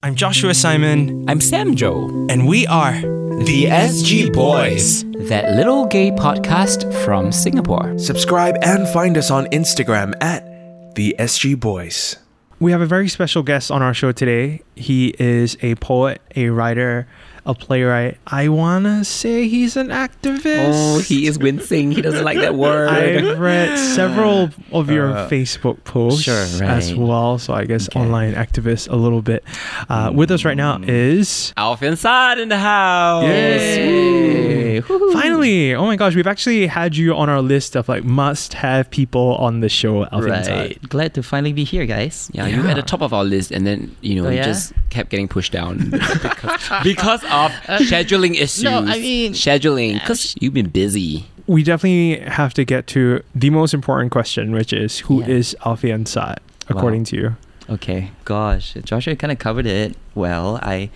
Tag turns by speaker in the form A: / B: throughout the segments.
A: I'm Joshua Simon,
B: I'm Sam Joe,
A: and we are the
C: SG Boys.
B: that little gay podcast from Singapore.
C: Subscribe and find us on Instagram at the SG Boys.
A: We have a very special guest on our show today. He is a poet, a writer, a playwright. I want to say he's an activist.
B: Oh, he is wincing. He doesn't like that word.
A: I've read several of your Facebook posts
B: Uh, Sure,
A: as
B: right.
A: well, so I guess online activist a little bit. Uh, with us right now
B: Mm.
A: is
B: Alf inside in the house.
A: Yes.
B: Yay. Woo-hoo.
A: finally. Oh my gosh, we've actually had you on our list of like must-have people on the show. Alvin Tan.
D: Right. Glad to finally be here, guys.
B: Yeah, you were at the top of our list, and then you know
D: Oh,
B: you
D: yeah?
B: just kept getting pushed down because, because of scheduling issues.
D: I mean-
B: scheduling because you've been busy.
A: we definitely have to get to the most important question, which is who
D: Yeah.
A: is Alfian Saad according
D: Wow.
A: to you?
D: Okay. Gosh, Joshua kind of covered it well. I've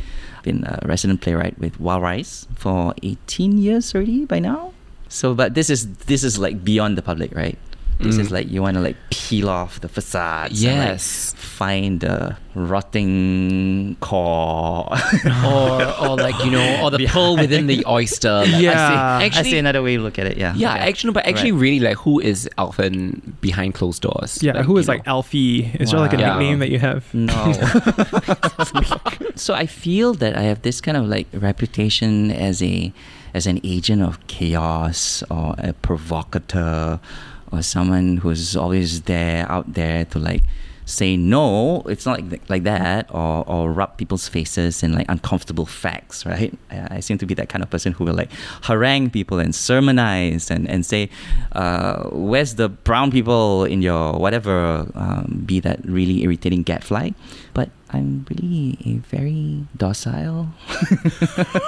D: been a resident playwright with Wild Rice for 18 years already by now. So, but this is this is like beyond the public, right? This is like you want to like peel off the facades. and, like,
B: Mm. Yes.
D: find the rotting core.
B: or or like you know, or the pearl within the oyster. Like, I see-
A: Yeah.
D: I see
B: actually,
D: another way to look at it. Yeah.
B: yeah,
D: Okay.
B: actually, but actually, really, like, who is Alvin behind closed doors?
A: Yeah, who
B: you
A: is like
B: know.
A: Alfie? Is there like a
B: Wow.
A: nickname that you have?
D: No. so I feel that I have this kind of like reputation as a as an agent of chaos or a provocateur or someone who's always there out there to like say no it's not like, th- like that or, or rub people's faces in like uncomfortable facts right I, I seem to be that kind of person who will like harangue people and sermonize and, and say uh, where's the brown people in your whatever um, be that really irritating gadfly but I'm really a very docile,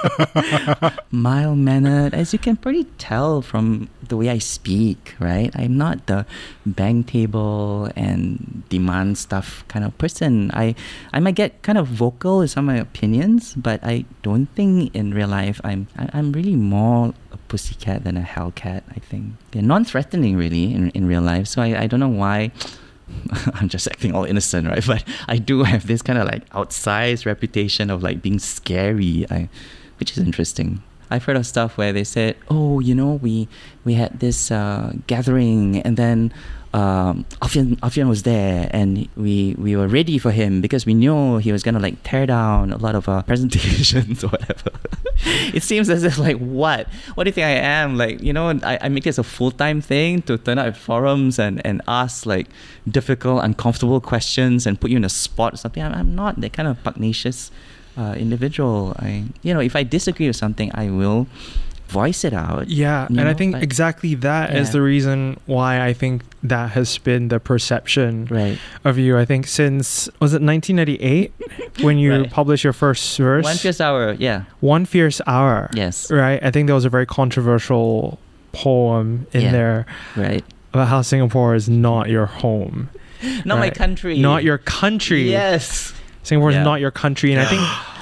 D: mild mannered, as you can probably tell from the way I speak, right? I'm not the bang table and demand stuff kind of person. I, I might get kind of vocal in some of my opinions, but I don't think in real life I'm, I- I'm really more a pussycat than a hellcat, I think. They're non threatening, really, in, in real life. So I, I don't know why. I'm just acting all innocent, right? But I do have this kind of like outsized reputation of like being scary, I, which is interesting. I've heard of stuff where they said, "Oh, you know, we we had this uh, gathering, and then um, Alfian Alfian was there, and we we were ready for him because we knew he was gonna like tear down a lot of uh, presentations or whatever." it seems as if like what what do you think I am? Like you know, I, I make this a full time thing to turn up at forums and and ask like difficult, uncomfortable questions and put you in a spot or something. I'm, I'm not that kind of pugnacious uh, individual. I, you know, if I disagree with something, I will voice it out.
A: Yeah,
D: You
A: and I
D: know,
A: think
D: like-
A: exactly that is
D: Yeah.
A: the reason why I think that has been the perception
D: Right.
A: of you. I think since was it 1998 when you
D: Right.
A: published your first verse,
D: One fierce hour. Yeah.
A: One Fierce Hour.
D: Yes.
A: Right. I think there was a very controversial poem in
D: Yeah.
A: there
D: Right.
A: about how Singapore is not your home,
D: Not my
A: Right.
D: country.
A: not your country.
D: Yes.
A: Singapore is
D: Yeah.
A: not your country, and I think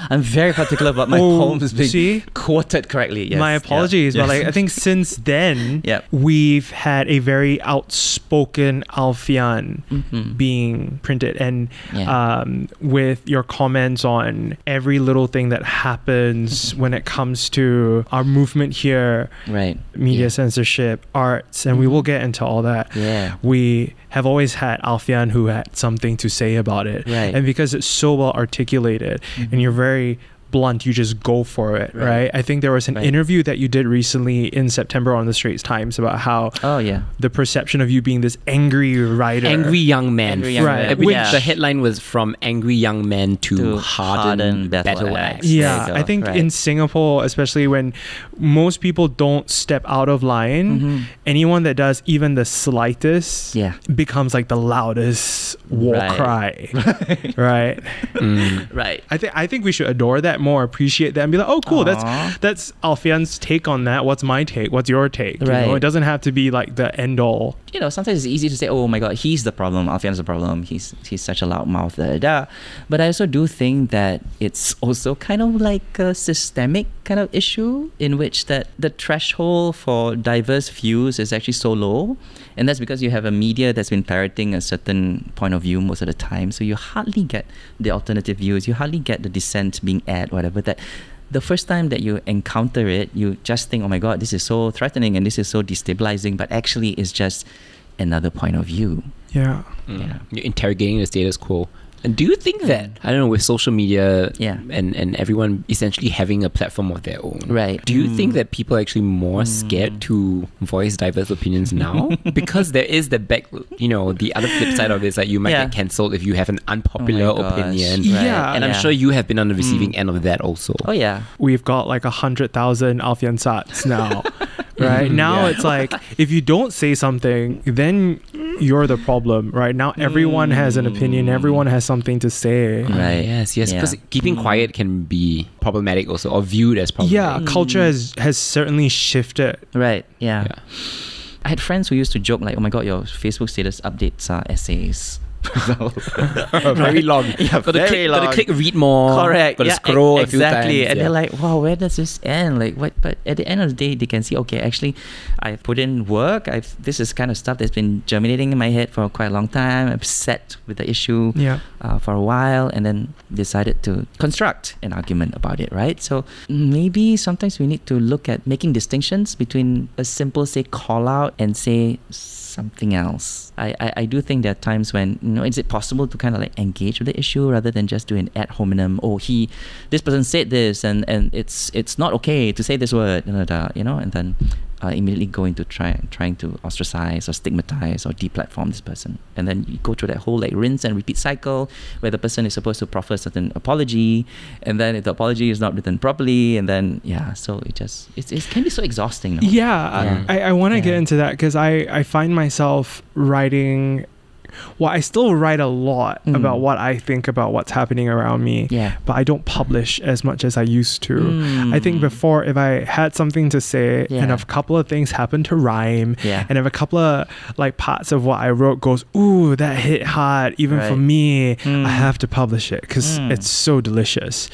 D: I'm very particular about my
A: Oh,
D: poems being
A: see?
D: quoted correctly. Yes.
A: my
D: Yeah.
A: apologies,
D: Yes.
A: but like I think since then
D: Yep.
A: we've had a very outspoken Alfian
D: Mhm.
A: being printed, and
D: Yeah.
A: um, with your comments on every little thing that happens when it comes to our movement here,
D: right.
A: media
D: Yeah. Mm-hmm.
A: censorship, arts, and we will get into all that.
D: Yeah.
A: We have always had Alfian who had something to say about it.
D: Right.
A: And because it's so well articulated and you're very blunt, you just go for it, right?
D: Right.
A: I think there was an
D: Right.
A: interview that you did recently in September on the Straits Times about how
D: Oh yeah.
A: the perception of you being this angry writer.
B: Angry young man.
D: Angry young
A: Right, man.
B: Which
D: yeah.
B: the headline was from angry young man to,
D: To
B: hardened,
D: hardened
B: battle,
D: battle
B: axe.
D: axe.
A: Yeah,
D: There you
A: I
D: go.
A: think
D: Right.
A: in Singapore, especially when most people don't step out of line, anyone that does even the slightest
D: Mm-hmm. Yeah.
A: becomes like the loudest war
D: Right.
A: cry. right.
D: Right.
A: Mm. I think I think we should adore that more, appreciate that, and be like, oh, cool, that's
D: Aw.
A: that's Alfian's take on that. What's my take? What's your take? You know,
D: Right.
A: it doesn't have to be like the end all.
D: you know, sometimes it's easy to say, "Oh my God, he's the problem. Alfian's the problem. He's he's such a loudmouth." Da, da, da. But I also do think that it's also kind of like a systemic kind of issue in which that the threshold for diverse views is actually so low, and that's because you have a media that's been parroting a certain point of view most of the time. So you hardly get the alternative views. You hardly get the dissent being aired, whatever. That the first time that you encounter it, you just think, oh my God, this is so threatening and this is so destabilizing, but actually it's just another point of view.
A: Yeah.
D: Yeah.
B: Mm. You're interrogating the status quo. And do you think that I don't know with social media
D: Yeah.
B: and and everyone essentially having a platform of their own?
D: Right.
B: Do you think
D: Oh
B: that people are actually more
D: Hmm.
B: scared to voice diverse opinions now because there is the back, you know, the other flip side of it is that you might
D: Yeah.
B: get cancelled if you have an unpopular
D: Oh my gosh.
B: opinion.
A: Right. Yeah.
B: And I'm
D: Yeah. Hmm.
B: sure you have been on the receiving end of that also.
D: Oh, yeah.
A: We've got like a hundred thousand Alfiansats now. Right
D: Mm-hmm.
B: Mhm.
A: now,
B: Yeah.
A: it's like if you don't say something, then you're the problem. Right now, everyone has an opinion. Everyone has something to say.
D: Mm. Right.
B: Mm, Yes, yes.
D: Yeah. Hmm.
B: Because keeping quiet can be problematic also, or viewed as
A: Yeah,
D: Mm.
B: problematic. Mm.
A: culture has has certainly shifted.
D: Right. Yeah.
B: Yeah.
D: I had friends who used to joke, like, oh my God, your Facebook status updates are essays.
B: very long.
D: Yeah,
B: Got to
D: very
B: click, Got
D: long.
B: to click read more.
D: Correct.
B: Got to
D: Yeah, e-
B: scroll a few
D: exactly.
B: times,
D: And
B: yeah.
D: they're like, wow, where does this end? Like, what? But at the end of the day, they can see, okay, actually, I put in work. I've this is kind of stuff that's been germinating in my head for quite a long time. I'm set with the issue
A: Yeah.
D: uh, for a while, and then decided to construct an argument about it. Right. So maybe sometimes we need to look at making distinctions between a simple say call out and say something else. I, I, I do think there are times when, you know, is it possible to kind of like engage with the issue rather than just do an ad hominem, oh he this person said this and, and it's it's not okay to say this word, da, da, da, you know, and then uh, immediately go into try, trying to ostracize or stigmatize or deplatform this person. And then you go through that whole like rinse and repeat cycle where the person is supposed to proffer certain apology and then if the apology is not written properly and then yeah, so it just it's, it can be so exhausting. no?
A: Yeah,
B: Yeah.
A: I, I want to get
D: Yeah.
A: into that because I, I find myself writing. Well, I still write a lot
D: Mm.
A: about what I think about what's happening around me,
D: Yeah.
A: but I don't publish as much as I used to. I think
D: Mm.
A: before, if I had something to say and
D: Yeah.
A: if a couple of things happened to rhyme,
D: Yeah.
A: and if a couple of like parts of what I wrote goes, ooh, that hit hard, even for
D: Right.
A: me,
D: Mm.
A: I have to publish it because
D: Mm.
A: it's so delicious.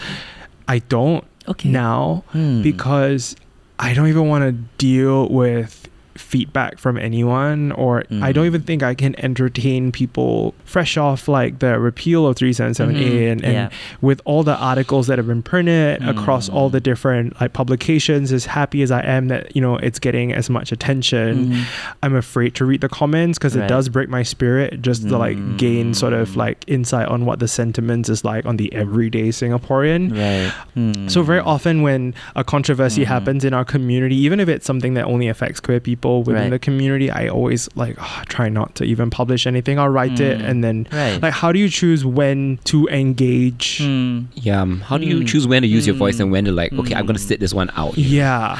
A: I don't
D: okay.
A: now
D: Hmm.
A: because I don't even want to deal with feedback from anyone or I don't
D: Mm.
A: even think I can entertain people fresh off like the repeal of 377A
D: Mhm.
A: and, and
D: Yeah.
A: with all the articles that have been printed across all
D: Mm.
A: the different like publications as happy as I am that you know it's getting as much attention
D: Mm.
A: I'm afraid to read the comments because it
D: Right.
A: does break my spirit just to like gain sort of
D: Mm.
A: like insight on what the sentiment is like on the everyday Singaporean
D: Right.
A: Hmm.
D: Hmm.
A: so
D: Mm.
A: very often when a controversy
D: Mhm.
A: happens in our community, even if it's something that only affects queer people within
D: Right.
A: the community, I always like ah, try not to even publish anything. I'll write it
D: Mm.
A: and then
D: Right.
A: like how do you choose when to engage?
D: Hmm.
B: Yeah. um, How do you
D: Mm.
B: choose when to use your voice and when to like, okay, I'm gonna
D: Mm.
B: sit this one out.
A: Yeah.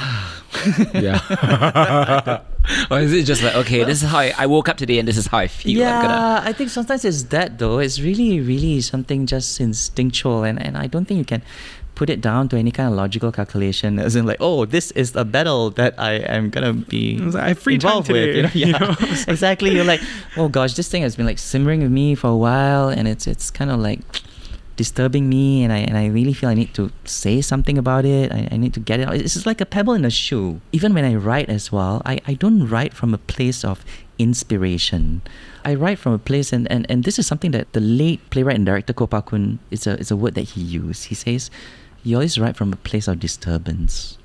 B: Yeah. or is it just like, okay, this is how I, I woke up today and this is how I feel.
D: yeah,
B: I'm gonna
D: I think sometimes it's that though. It's really, really something just instinctual, and, and I don't think you can put it down to any kind of logical calculation. As in, like, oh, this is a battle that I am gonna be
A: I was like, I have free time
D: involved
A: today,
D: with. You know?
A: you
D: Yeah,
A: know?
D: exactly. You're like, oh gosh, this thing has been like simmering with me for a while, and it's it's kind of like disturbing me, and I and I really feel I need to say something about it. I, I need to get it out. It's just like a pebble in a shoe. Even when I write as well, I, I don't write from a place of inspiration. I write from a place, and, and, and this is something that the late playwright and director Ko Pao Kun, it's a, it's a word that he used. He says, you always write from a place of disturbance.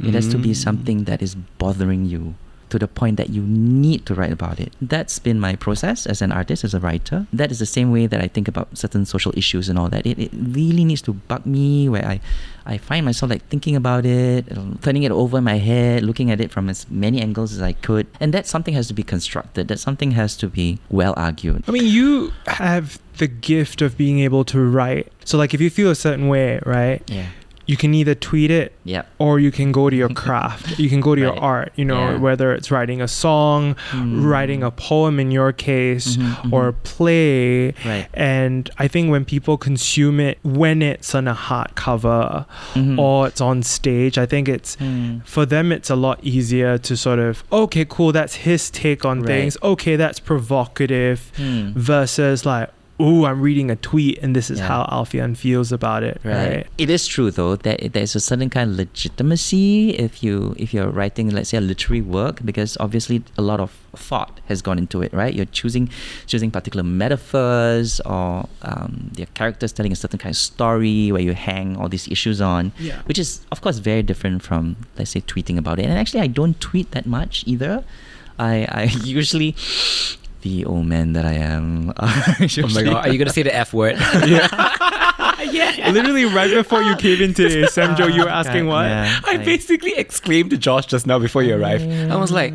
D: It has to be
B: Mm.
D: something that is bothering you to the point that you need to write about it. That's been my process as an artist, as a writer. That is the same way that I think about certain social issues and all that. It, it really needs to bug me where I, I find myself like thinking about it, um, turning it over in my head, looking at it from as many angles as I could. And that something has to be constructed. That something has to be well argued.
A: I mean, you have the gift of being able to write. So like if you feel a certain way, right?
D: Yeah.
A: you can either tweet it
D: Yep.
A: or you can go to your craft. You can go to your
D: Right.
A: art, you know,
D: Yeah. Mm.
A: whether it's writing a song, writing a poem in your case,
D: Mhm,
A: or a play.
D: Right.
A: And I think when people consume it, when it's on a hardcover
D: Mhm.
A: or it's on stage, I think it's
D: Mm.
A: for them it's a lot easier to sort of okay cool that's his take on
D: Right.
A: things okay that's provocative
D: Mm.
A: versus like ooh i'm reading a tweet and this is
D: Yeah.
A: how alfian feels about it
D: Right.
A: right,
D: It is true though that it- there's a certain kind of legitimacy if you if you're writing let's say a literary work because obviously a lot of thought has gone into it, right? You're choosing choosing particular metaphors or um, your characters telling a certain kind of story where you hang all these issues on,
A: Yeah.
D: which is of course very different from let's say tweeting about it. And actually, I don't tweet that much either. I I usually. The old man that I am.
B: Oh my god, are you gonna say the F word?
A: literally right before you came in today samjo you were asking what
D: Yeah, Mm.
B: I basically exclaimed to Josh just now before you arrived. I was like,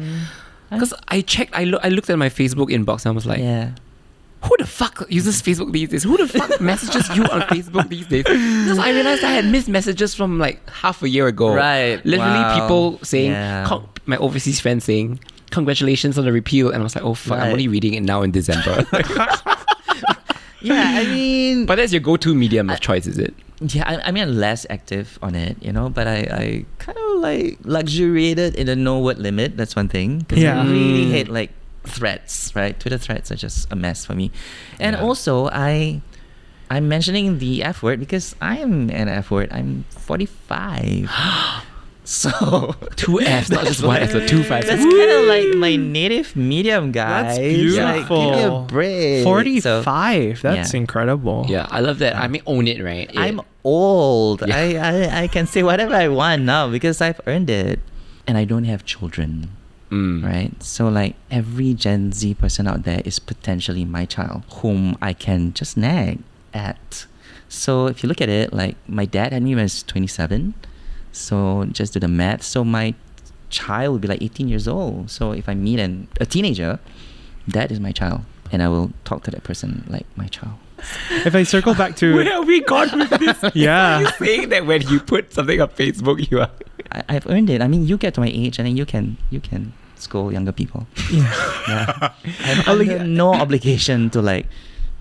B: because I checked, I, lo- I looked at my Facebook inbox and I was like,
D: yeah.
B: who the fuck uses Facebook these days? Who the fuck messages you on Facebook these days? Because I realized I had missed messages from like half a year ago.
D: Right,
B: Literally
D: wow.
B: people saying,
D: Yeah.
B: con- my overseas friends saying, congratulations on the repeal. And I was like, oh fuck, I'm
D: Right.
B: only reading it now in December.
D: Yeah, I mean,
B: but that's your go-to medium of choice, is it?
D: yeah, I, I mean, I'm less active on it, you know, but I, I kind of like luxuriated in the no word limit. That's one thing. 'Cause
A: Yeah.
D: I really
B: Mm.
D: hate like threads, right? Twitter threads are just a mess for me. And
B: Yeah.
D: also, I. I'm mentioning the F word because I'm an F word. I'm 45. so
B: Two Fs, not just one F, so two fives.
D: That's kind of like my native medium,
A: that's
D: guys. Like, give me
A: beautiful
D: a break. So-
A: 45 that's
D: Yeah.
A: incredible
B: Yeah, I love that. I mean, own it, right? It-
D: Oh. I'm old.
B: Yeah.
D: I, I, I can say whatever I want now because I've earned it. And I don't have children,
B: Mm.
D: right? So, like, every Gen Z person out there is potentially my child whom I can just nag at. So, if you look at it, like, my dad had me when I was 27. So, just do the math. So, my child would be like 18 years old. So, if I meet an, a teenager, that is my child. And I will talk to that person like my child.
A: if i circle back
B: Where
A: to
B: have we gone with this?
A: Yeah.
B: Are you saying that when you put something on Facebook, Oh, you are.
D: I, I've earned it. I mean, you get to my age, and then you can you can scold younger people. yeah. I'm
A: Oh, like-
D: under no obligation to like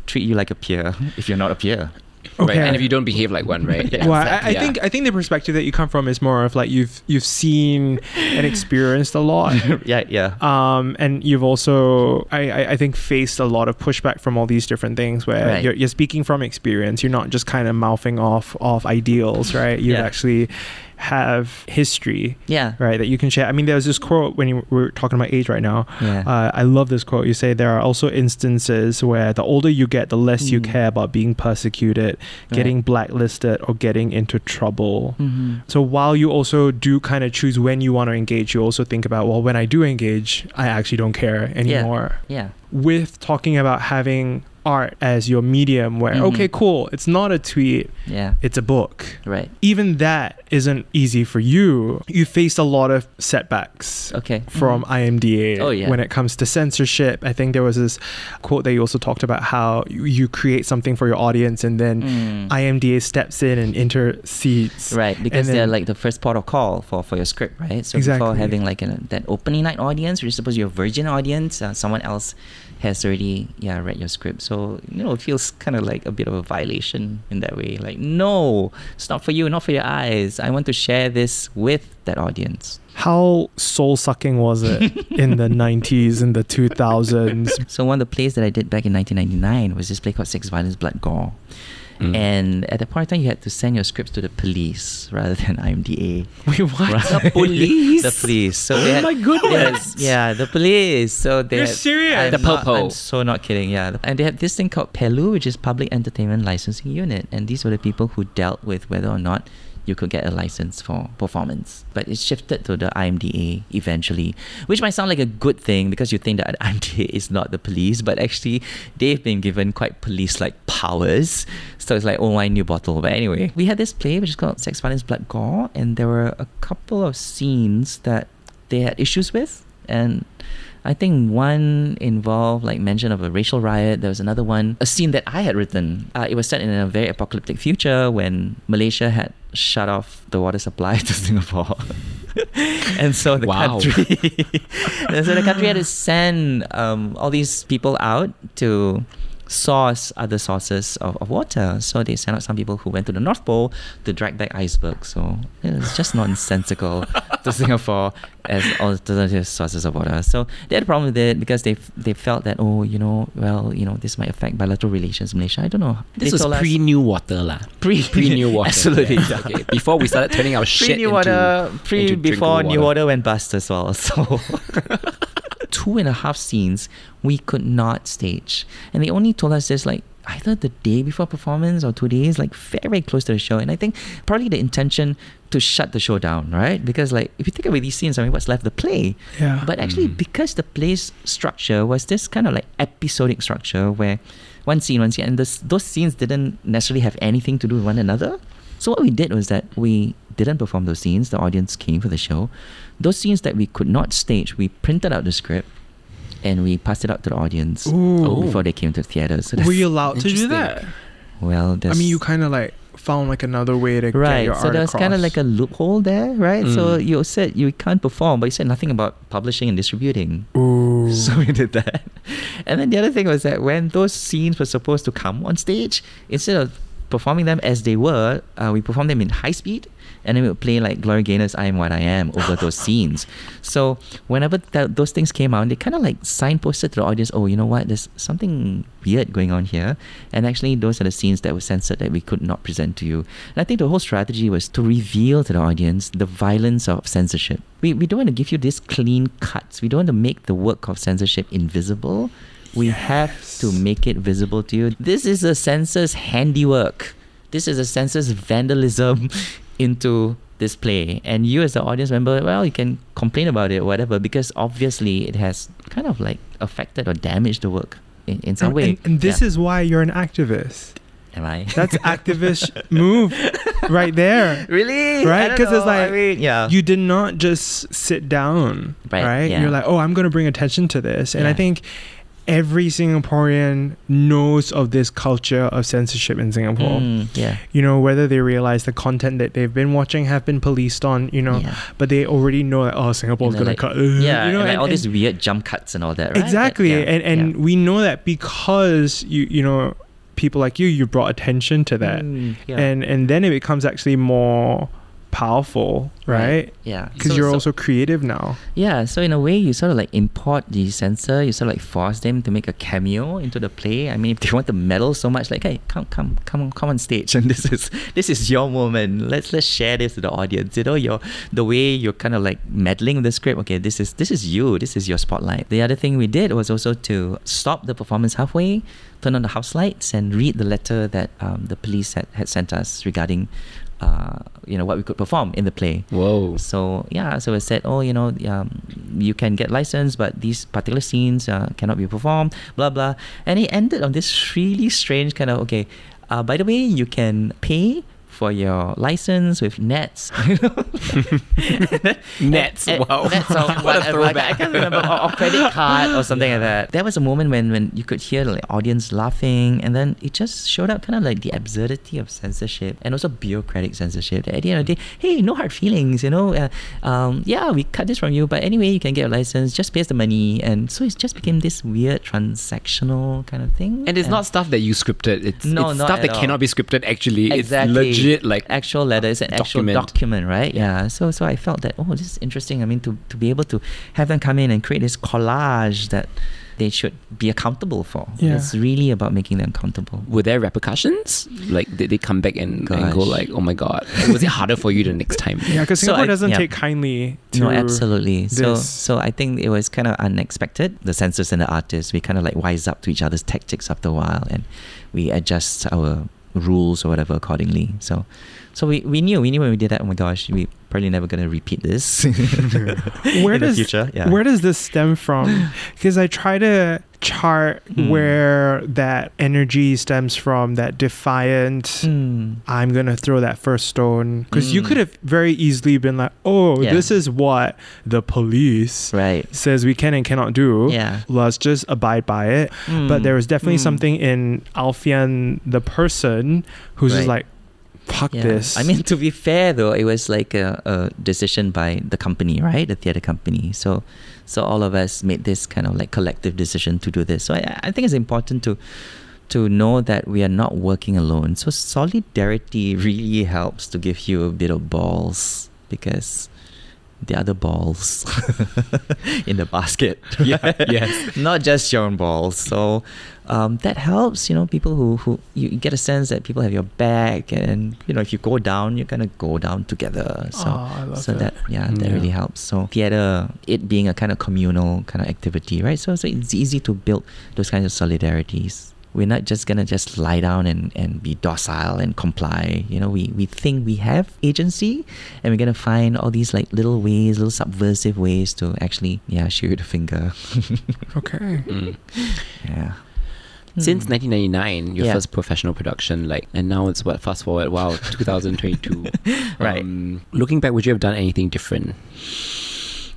D: treat you like a peer if you're not a peer.
A: Okay.
B: Right, and if you don't behave like one, right?
A: well, I-
B: exactly,
A: I, think I think the perspective that you come from is more of like you've you've seen and experienced a lot,
D: yeah, yeah.
A: um, and you've also I, I, I think faced a lot of pushback from all these different things where
D: Right.
A: you're, you're speaking from experience you're not just kind of mouthing off off ideals right you
D: Yeah.
A: actually have history
D: yeah.
A: right that you can share i mean there's this quote when you were talking about age right now
D: Yeah.
A: uh, i love this quote you say there are also instances where the older you get the less you
D: Mm.
A: care about being persecuted
D: Right.
A: getting blacklisted or getting into trouble
D: Mhm.
A: so while you also do kind of choose when you want to engage, you also think about, well, when I do engage, I actually don't care anymore.
D: Yeah.
A: With talking about having art as your medium, where,
D: Mhm.
A: okay, cool, it's not a tweet,
D: Yeah.
A: it's a book.
D: Right.
A: Even that isn't easy for you. You faced a lot of setbacks
D: Okay.
A: from IMDA
D: Oh, yeah.
A: when it comes to censorship. I think there was this quote that you also talked about how you, you create something for your audience and then
D: Mm.
A: IMDA steps in and intercedes.
D: Right, because
A: And
D: they're
A: then-
D: like the first port of call for, for your script, right? So
A: Exactly.
D: before having like an that opening night audience, which is supposed to be a virgin audience, uh, someone else has already yeah read your script. So you know it feels kind of like a bit of a violation in that way. Like no, it's not for you, not for your eyes. I want to share this with that audience.
A: How soul sucking was it in the 90s and the 2000s?
D: So one of the plays that I did back in 1999 was this play called Sex, Violence, Blood, Gore.
B: Mm.
D: And at that point in time, you had to send your scripts to the police rather than IMDA.
A: Wait, what?
D: Right.
B: The police?
D: the police. So
A: Oh
D: they had-
A: my goodness.
D: Yes, yeah, the police. So they
A: You're
D: had-
A: serious?
D: I'm
B: The
D: not-
B: Popo.
D: I'm so not kidding. Yeah, and they had this thing called PELU, which is Public Entertainment Licensing Unit, and these were the people who dealt with whether or not you could get a license for performance. But it shifted to the IMDA eventually, which might sound like a good thing because you think that IMDA is not the police, but actually they've been given quite police-like powers. So it's like oh my new bottle. But anyway, we had this play which is called Sex, Violence, Blood, Gore, and there were a couple of scenes that they had issues with and I think one involved like mention of a racial riot. There was another one, a scene that I had written. Uh, it was set in a very apocalyptic future when Malaysia had shut off the water supply to Singapore. and so the
B: Wow.
D: country, and so the country had to send um, all these people out to source other sources of, of water. So they sent out some people who went to the North Pole to drag back icebergs. So it's just nonsensical to Singapore as alternative sources of water. So they had a problem with it because they f- they felt that oh you know well you know this might affect bilateral relations Malaysia. I don't know.
B: This
D: They told
B: was
D: us-
B: pre new water lah.
D: Pre-
B: pre new water.
D: Absolutely,
B: Yeah.
D: yeah.
B: Okay. Before we started turning our
D: pre
B: shit
D: new
B: into,
D: water pre
B: into drinkable
D: before new water went bust as well. So two and a half scenes we could not stage, and they only told us this like either the day before performance or two days, like very very close to the show. And I think probably the intention to shut the show down, right? Because like if you think about these scenes, I mean, what's left the play?
A: Yeah.
D: But actually,
B: Mm.
D: because the play's structure was this kind of like episodic structure where one scene, one scene, and this, those scenes didn't necessarily have anything to do with one another. So what we did was that we didn't perform those scenes. The audience came for the show. Those scenes that we could not stage, we printed out the script and we passed it out to the audience
A: Ooh.
D: before they came to the theater. Oh, So
A: Were
D: that's-
A: you allowed to do
B: Interesting.
A: that?
D: Well,
A: I
D: that's,
A: mean, you kind of like found like another way to get
D: right.
A: your
D: so
A: art
D: there was kind
A: across.
D: of
A: Hmm.
D: like a loophole there, right? So
B: Mm.
D: you said you can't perform, but you said nothing about publishing and distributing.
A: Ooh.
D: So we did that. And then the other thing was that when those scenes were supposed to come on stage, instead of performing them as they were, uh, we performed them in high speed and then we would play like Gloria Gaynor's I Am What I Am over those scenes. So whenever th- those things came out, they kind of like signposted to the audience, oh, you know what, there's something weird going on here. And actually, those are the scenes that were censored that we could not present to you. And I think the whole strategy was to reveal to the audience the violence of censorship. We, we don't want to give you these clean cuts. We don't want to make the work of censorship invisible. We have to
A: Yes.
D: make it visible to you. This is a censor's handiwork. This is a censor's vandalism into this play. And you, as the audience member, well, you can complain about it, whatever, because obviously it has kind of like affected or damaged the work in, in some
A: And,
D: way.
A: Oh, and, and this
D: Yeah.
A: is why you're an activist.
D: Am I?
A: That's activist move right there.
D: Really?
A: Right?
D: I don't
A: 'Cause it's
D: know. I
A: like,
D: mean, yeah.
A: You did not just sit down, right?
D: Right, yeah.
A: You're like, oh, I'm going to bring attention to this. And I
D: Yeah.
A: think every Singaporean knows of this culture of censorship in Singapore.
D: Mm, yeah.
A: You know, whether they realize the content that they've been watching have been policed on, you know,
D: yeah.
A: but they already know that, oh, Singapore's
D: You know,
A: going to
D: like-
A: cut.
D: Yeah,
A: you know,
D: and, like
A: and-
D: all
A: and-
D: these weird jump cuts and all that, right? But,
A: Exactly.
D: yeah,
A: and and we know that because you you know people like you you brought attention to
D: yeah.
A: that.
D: Mm, yeah.
A: And and then it becomes actually more powerful, right?
D: yeah,
A: Because
D: So-
A: you're
D: so-
A: also creative now.
D: yeah. So in a way, you sort of like import the censor. You sort of like force them to make a cameo into the play. I mean, if they want to meddle so much, like, hey, come, come, come, on, come on stage, and this is this is your moment. Let's let's share this to the audience. You know, your the way you're kind of like meddling with the script. Okay, this is this is you. This is your spotlight. The other thing we did was also to stop the performance halfway, turn on the house lights, and read the letter that um, the police had, had sent us regarding. Uh, you know what we could perform in the play.
B: Whoa.
D: So yeah, so it said, oh, you know, um, you can get license, but these particular scenes uh, cannot be performed, blah blah. And it ended on this really strange kind of okay. Uh, by the way, you can pay for your license with nets.
B: Nets, wow.
D: Nets or
B: What a
D: whatever. I can't- I
B: throwback.
D: can't remember or, or credit card or something like that. There was a moment when when you could hear the like, audience laughing, and then it just showed up kind of like the absurdity of censorship and also bureaucratic censorship. At the end of the day, hey, no hard feelings, you know. Uh, um, yeah, we cut this from you, but anyway, you can get a license. Just pay us the money, and so it just became this weird transactional kind of thing.
B: And it's not stuff that you scripted. It's,
D: No,
B: it's
D: not
B: stuff
D: at
B: that
D: all.
B: cannot be scripted. Actually,
D: Exactly.
B: it's legit. Like
D: actual letter. It's an
B: document.
D: actual document, right? Yeah. So so I felt that oh, this is interesting. I mean, to to be able to have them come in and create this collage that they should be accountable for.
A: Yeah.
D: It's really about making them accountable.
B: were there repercussions? Like did they come back and, and go
D: Gosh.
B: like, oh my god, was it harder for you the next time?
A: Yeah, because
D: So
A: Singapore
D: I-
A: doesn't
D: yeah.
A: take kindly to
D: no, absolutely. So
A: this.
D: so I think it was kind of unexpected. The censors and the artists, we kind of like wise up to each other's tactics after a while, and we adjust our rules or whatever accordingly. So so we, we knew we knew when we did that. Oh my gosh, we probably never gonna repeat this.
A: where
D: in the
A: does
D: future, yeah.
A: where does this stem from? Because I try to chart
D: Mm.
A: where that energy stems from, that defiant.
D: Mm.
A: I'm gonna throw that first stone because you
D: Mm.
A: could have very easily been like, "Oh,
D: Yeah.
A: this is what the police
D: Right.
A: says we can and cannot do.
D: Yeah.
A: Let's just abide by it." But there was definitely
D: Mm.
A: something in Alfian, the person, who's just like,
D: Right.
A: "Fuck
D: Yeah.
A: this."
D: I mean, to be fair though, it was like a, a decision by the company, right? The theater company. So, so all of us made this kind of like collective decision to do this. So I, I think it's important to to know that we are not working alone. So solidarity really helps to give you a bit of balls because the other balls in the basket.
B: Yeah, yes.
D: Not just your own balls. So um, that helps, you know, people who, who you get a sense that people have your back and you know, if you go down, you're gonna go down together. So
A: Aw, I love
D: so
A: that.
D: that, yeah, that
B: Mm, Yeah.
D: really helps. So theater, it being a kind of communal kind of activity, right? So so it's easy to build those kinds of solidarities. We're not just gonna just lie down and, and be docile and comply. You know, we, we think we have agency and we're gonna find all these like little ways, little subversive ways to actually yeah, shoot a finger.
A: okay.
B: Mm.
D: yeah.
B: Since
D: Hmm.
B: 1999, your
D: Yeah.
B: first professional production, like, and now it's what? Fast forward, wow, 2022.
D: Right.
B: Um, looking back, would you have done anything different?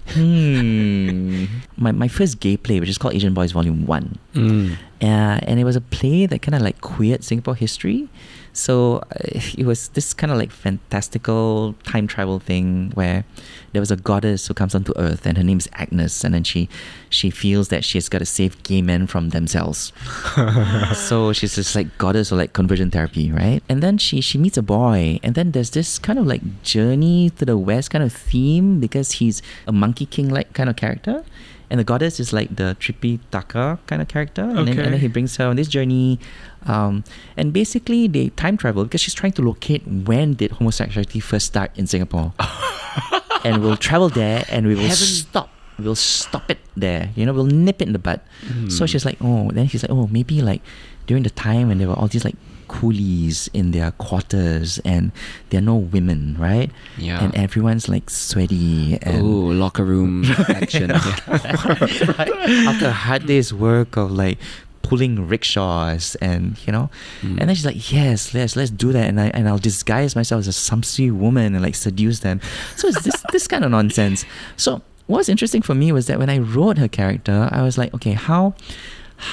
D: Hmm. my, my first gay play, which is called Asian Boys Volume 1.
B: Mm.
D: Uh, and it was a play that kind of like queered Singapore history. So uh, it was this kind of like fantastical time travel thing where there was a goddess who comes onto Earth and her name's Agnes, and then she she feels that she has got to save gay men from themselves. so she's this like goddess of like conversion therapy, right? And then she she meets a boy, and then there's this kind of like journey to the west kind of theme because he's a monkey king like kind of character. And the goddess is like the trippy Taka kind of character. And, then, and then he
A: Okay.
D: brings her on this journey. Um, and basically they time travel because she's trying to locate when did homosexuality first start in Singapore. and we'll travel there and we will
B: Haven't-
D: stop. We'll stop it there. You know, we'll nip it in the bud. So she's like, oh, then she's like, oh, maybe like during the time when there were all these like coolies in their quarters and there are no women, right?
B: Yeah.
D: And everyone's like sweaty and
B: Oh, locker room action.
D: Right? after a hard day's work of like pulling rickshaws and you know
B: Mm.
D: and then she's like yes let's let's do that and, I, and i'll disguise myself as a samsi woman and like seduce them so it's this this kind of nonsense so what's interesting for me was that when i wrote her character i was like okay how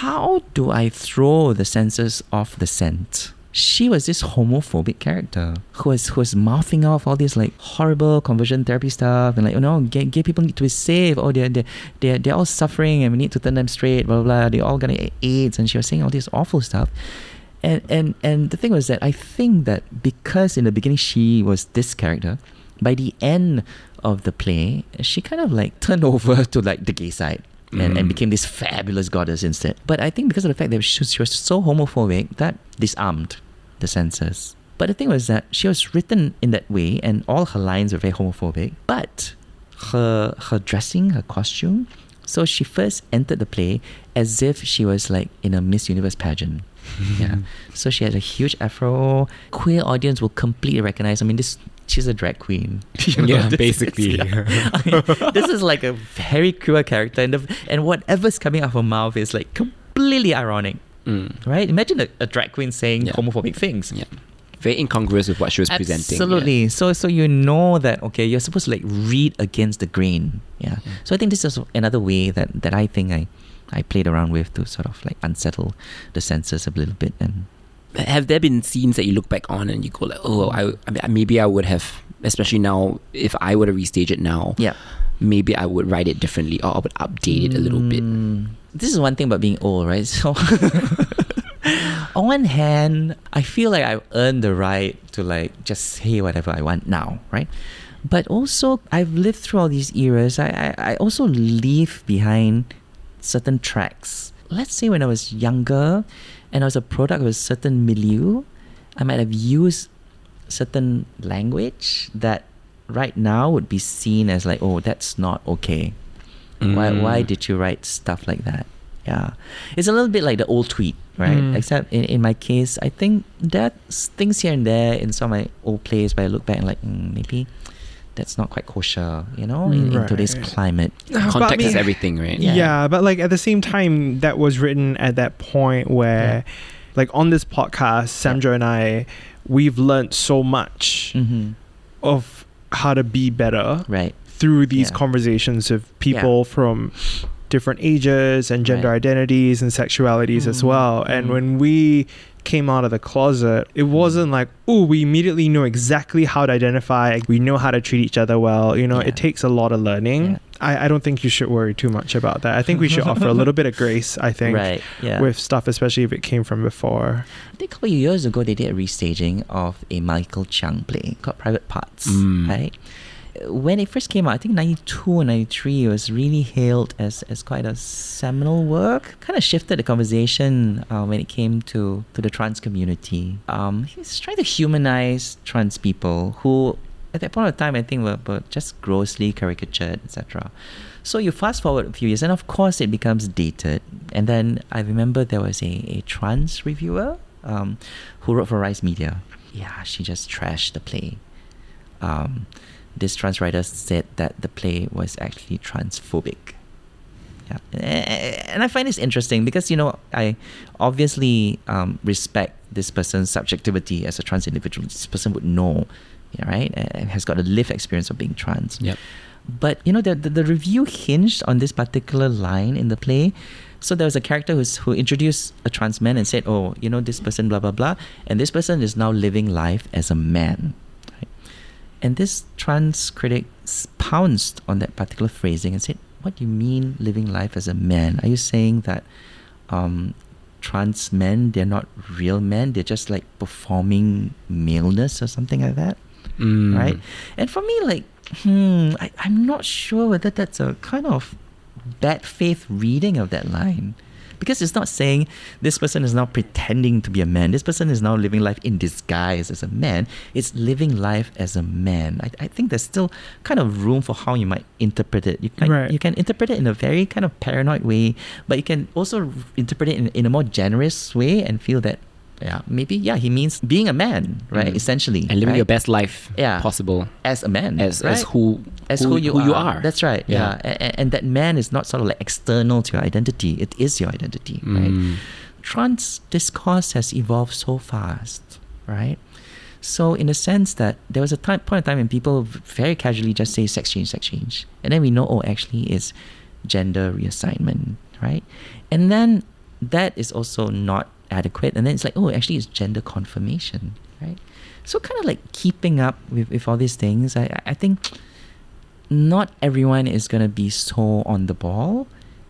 D: how do i throw the senses off the scent she was this homophobic character who was who was mouthing off all this like horrible conversion therapy stuff and like you know gay, gay people need to be saved oh they're, they're they're they're all suffering and we need to turn them straight blah blah, blah. they're all gonna get AIDS and she was saying all this awful stuff and and and the thing was that I think that because in the beginning she was this character by the end of the play she kind of like turned over to like the gay side and, and
B: Mm.
D: became this fabulous goddess instead. But I think because of the fact that she, she was so homophobic, that disarmed the censors. But the thing was that she was written in that way, and all her lines were very homophobic. But her her dressing, her costume, so she first entered the play as if she was like in a Miss Universe pageant. yeah. So she had a huge afro. Queer audience will completely recognize. I mean, this she's a drag queen.
B: Yeah,
D: this is-
B: basically.
D: yeah. I mean, this is like a very queer character, and the, and whatever's coming out of her mouth is like completely ironic,
B: Mm.
D: right? Imagine a, a drag queen saying
B: Yeah.
D: homophobic things.
B: Yeah. Very incongruous with what she was presenting. yeah.
D: Absolutely. So so you know that okay, you're supposed to like read against the grain. Yeah.
B: Yeah.
D: So I think this is another way that that I think I I played around with to sort of like unsettle the senses a little bit and
B: have there been scenes that you look back on and you go like, oh, I, I mean, maybe I would have, especially now, if I were to restage it now,
D: yeah.
B: maybe I would write it differently or I would update it a little bit.
D: Mm. This is one thing about being old, right? So on one hand, I feel like I've earned the right to like just say whatever I want now, right? But also, I've lived through all these eras. I, I, I also leave behind certain tracks. Let's say when I was younger and I was a product of a certain milieu, I might have used certain language that right now would be seen as like, oh, that's not okay. Why why
B: Mm.
D: did you write stuff like that? Yeah. It's a little bit like the old tweet, right?
A: Mm.
D: Except in, in my case, I think there's things here and there in some of my old plays where I look back and like, mm, maybe that's not quite kosher, you know, in, in today's
A: Mm, Right.
D: climate.
A: But I
B: Context is
A: mean-
B: everything, right?
A: Yeah.
D: Yeah.
A: but like at the same time, that was written at that point where, like on this podcast, Sandra and I, we've learned so much
D: hmm
A: of how to be better
D: Right.
A: through these
D: Yeah.
A: conversations of people from different ages and gender
D: Right.
A: identities and sexualities as
D: Mm,
A: well. And
D: mm.
A: when we came out of the closet, it wasn't like, oh, we immediately know exactly how to identify. We know how to treat each other well. You know,
D: Yeah.
A: it takes a lot of learning.
D: Yeah.
A: I, I don't think you should worry too much about that. I think we should offer a little bit of grace, I think,
D: Right. Yeah.
A: with stuff, especially if it came from before.
D: I think a couple of years ago they did a restaging of a Michael Chang play called Private Parts.
B: Mm.
D: Right. When it first came out, I think 92 or 93, it was really hailed as, as quite a seminal work. Kind of shifted the conversation uh, when it came to, to the trans community. Um, he's trying to humanize trans people who, at that point of time, I think were, were just grossly caricatured, etc. So you fast forward a few years, and of course it becomes dated. And then I remember there was a, a trans reviewer um, who wrote for Rise Media. Yeah, she just trashed the play. Um, this trans writer said that the play was actually transphobic. Yeah, A- and I find this interesting because you know I obviously um, respect this person's subjectivity as a trans individual. This person would know, yeah, right, and has got a lived experience of being trans.
B: Yep.
D: But you know, the, the the review hinged on this particular line in the play. So there was a character who's, who introduced a trans man and said, "Oh, you know, this person, blah blah blah," and this person is now living life as a man. Right? And this trans critic s- pounced on that particular phrasing and said, "What do you mean living life as a man? Are you saying that um, trans men they're not real men? They're just like performing maleness or something like that?"
B: Mm.
D: right? And for me, like, hmm, I, I'm not sure whether that's a kind of bad faith reading of that line. Because it's not saying this person is now pretending to be a man. This person is now living life in disguise as a man. It's living life as a man. I, I think there's still kind of room for how you might interpret it. You can,
A: Right.
D: you can interpret it in a very kind of paranoid way, but you can also interpret it in, in a more generous way and feel that, yeah, maybe, yeah, he means being a man, right?
B: Mm.
D: Essentially.
B: And living
D: right?
B: your best life
D: Yeah.
B: possible
D: as a man,
B: as as
D: right?
B: who
D: as who, you, are. That's right. Yeah,
B: Yeah.
D: A- a- And, that man is not sort of like external to your identity; it is your identity,
B: Mm.
D: right? Trans discourse has evolved so fast, right? So, in a sense that there was a time, point in time when people very casually just say sex change, sex change, and then we know, oh, actually, it's gender reassignment, right? And then that is also not adequate, and then it's like, oh, actually, it's gender confirmation, right? So, kind of like keeping up with, with all these things, I, I- I think not everyone is going to be so on the ball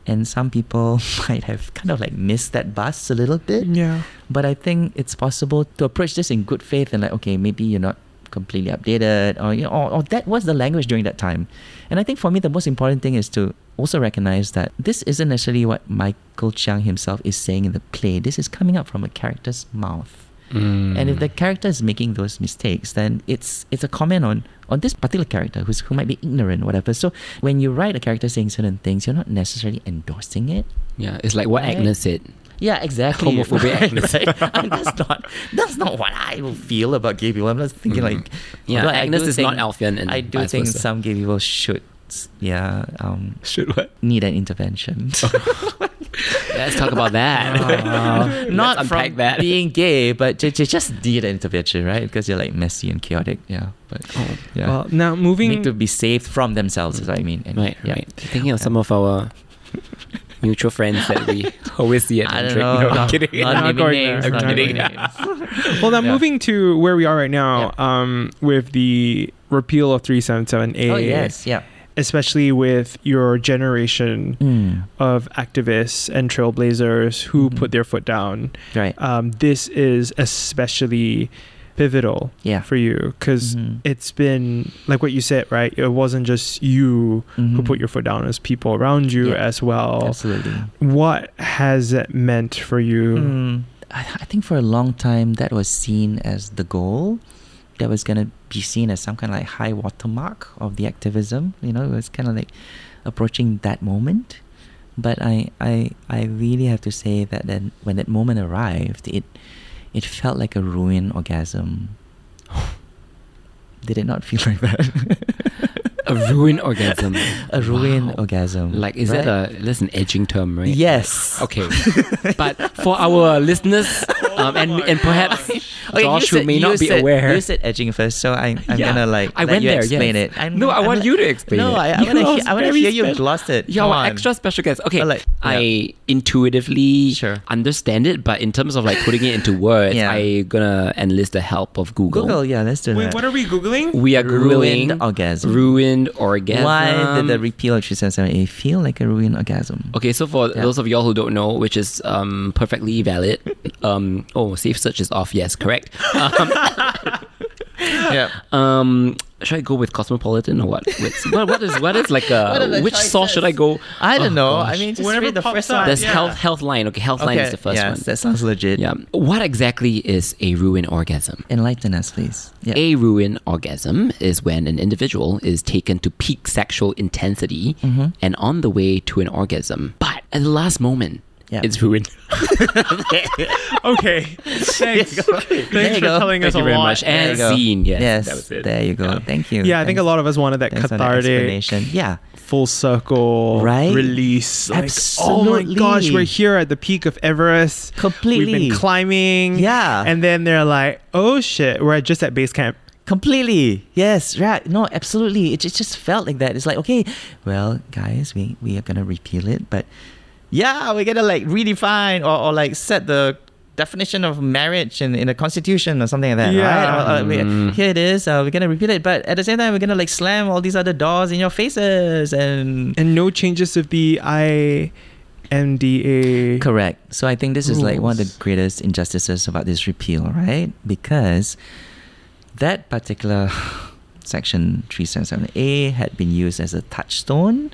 D: and some people might have kind of like missed that bus a little bit
A: Yeah.
D: but i think it's possible to approach this in good faith and like okay maybe you're not completely updated or you know or, or that was the language during that time and i think for me the most important thing is to also recognize that this isn't necessarily what michael chiang himself is saying in the play this is coming up from a character's mouth
B: Mm.
D: and if the character is making those mistakes, then it's it's a comment on on this particular character who's who might be ignorant, whatever. So when you write a character saying certain things, you're not necessarily endorsing it.
B: yeah, it's like what
D: Right.
B: Agnes said.
D: Yeah, exactly.
B: Homophobic
D: Right,
B: Agnes.
D: right. And that's not that's not what I will feel about gay people. I'm just thinking
B: Mhm.
D: like
B: Yeah,
D: although I
B: Agnes
D: do
B: is not Alfian and
D: I do
B: vice
D: think
B: versa.
D: some gay people should yeah um
B: Should what?
D: need an intervention.
B: Let's talk about that.
A: Wow.
D: Oh. not
B: Let's unpack
D: from
B: that.
D: being gay, but ju- ju- just need an intervention, right? Because you're like messy and chaotic. Yeah, but
B: Oh.
D: yeah,
A: Well, now
D: need
A: moving
D: to be saved from themselves. Is what I mean. And,
B: Right,
D: yeah.
B: right. Thinking of some of our mutual friends that we always see at
D: I
B: the
D: don't
B: drink.
D: know.
B: No,
D: not-
B: I'm kidding.
D: Not,
A: Not
D: naming
A: going
D: names,
A: there.
D: not
A: I'm
D: naming
B: kidding.
D: names.
A: Well, now
D: Yeah.
A: moving to where we are right now, um, with the repeal of 377A,
D: Oh yes, yeah.
A: especially with your generation
D: Mm,
A: of activists and trailblazers who
D: Mhm.
A: put their foot down,
D: Right.
A: um, this is especially pivotal
D: Yeah.
A: for you because
D: Mhm.
A: it's been like what you said, right? It wasn't just you who
D: Mhm.
A: put your foot down; it's people around you
D: Yeah.
A: as well.
D: Absolutely.
A: What has it meant for you?
D: Mm. I, I think for a long time that was seen as the goal. That was going to be seen as some kind of like high watermark of the activism. You know, it was kind of like approaching that moment. But I, I, I really have to say that then when that moment arrived, it, it felt like a ruin orgasm. did it not feel like that?
B: A ruin orgasm.
D: a ruin
B: Wow.
D: orgasm.
B: Like, is
D: right?
B: that a that's an edging term, right?
D: Yes.
B: Okay, but for our listeners, um, and and perhaps Josh, who may not be
D: said,
B: aware,
D: You said edging first, so I, I'm
B: Yeah.
D: gonna like
B: I
D: let
B: went
D: you
B: there,
D: explain
B: yes.
D: it. I'm,
B: No, I
D: I'm
B: want
D: not-
B: you to explain
D: no,
B: it.
D: I, I
B: You
D: want to.
B: are
D: Hear, I want to
B: very
D: hear you
B: special.
D: gloss it.
B: Yeah,
D: Come
B: well,
D: on.
B: extra special guest. Okay,
D: Or like-
B: I intuitively
D: Sure.
B: understand it, but in terms of like putting it into words,
D: Yeah.
B: I gonna enlist the help of Google.
D: Google. Yeah, let's do
A: Wait,
D: that.
A: what are we Googling?
B: We are
D: Ruined
B: googling
D: orgasm.
B: Ruined orgasm.
D: Why did the repeal of 377A feel like a ruin orgasm?
B: Okay, so for
D: Yeah.
B: those of y'all who don't know, which is um, perfectly valid, um, oh, safe search is off. Yes, correct. Um,
D: Yeah.
B: um, should I go with Cosmopolitan or what? With, what, what is what is like
D: What are
B: a
D: the
B: which source should I go?
D: choices? I
B: Oh,
D: don't know. I
B: gosh.
D: mean, just
A: Whatever
D: read the
A: pops
D: first
A: up,
D: one.
B: there's
A: yeah.
B: health health line. Okay, health line is the first
D: yes,
B: one.
D: that sounds legit.
B: Yeah. What exactly is a ruin orgasm?
D: Enlighten us, please. Yeah.
B: A ruin orgasm is when an individual is taken to peak sexual intensity
D: Mm-hmm.
B: and on the way to an orgasm, but at the last moment,
D: Yeah.
B: it's ruined.
A: Okay. Thanks.
D: There
A: Thanks for
D: you go.
A: telling us
B: Thank you
A: a
B: very
A: lot.
B: much.
A: There
B: And
A: you go.
B: scene. Yes,
D: Yes.
B: that was it.
D: There you go. Thank you.
A: yeah, I think a lot of us wanted that
D: Thanks for the
A: cathartic
D: explanation. Yeah.
A: full circle
D: Right?
A: release. Like, oh my
D: Absolutely.
A: gosh, we're here at the peak of Everest. We've
D: Completely.
A: been climbing.
D: Yeah.
A: And then they're like, oh shit, we're just at base camp.
D: Completely. Yes, right. No, absolutely. It just, just felt like that. It's like, okay, well, guys, we, we are going to repeal it, but yeah, we're going to like redefine or, or like set the definition of marriage in, in the constitution or something like that,
A: Yeah.
D: right? Or- or we-
B: Mm.
D: here it is. Uh, we're going to repeal it, but at the same time, we're going to like slam all these other doors in your faces and.
A: And no changes of the IMDA.
D: Correct. So I think this is like one of
A: Rules.
D: the greatest injustices about this repeal, right? Because that particular section 377A had been used as a touchstone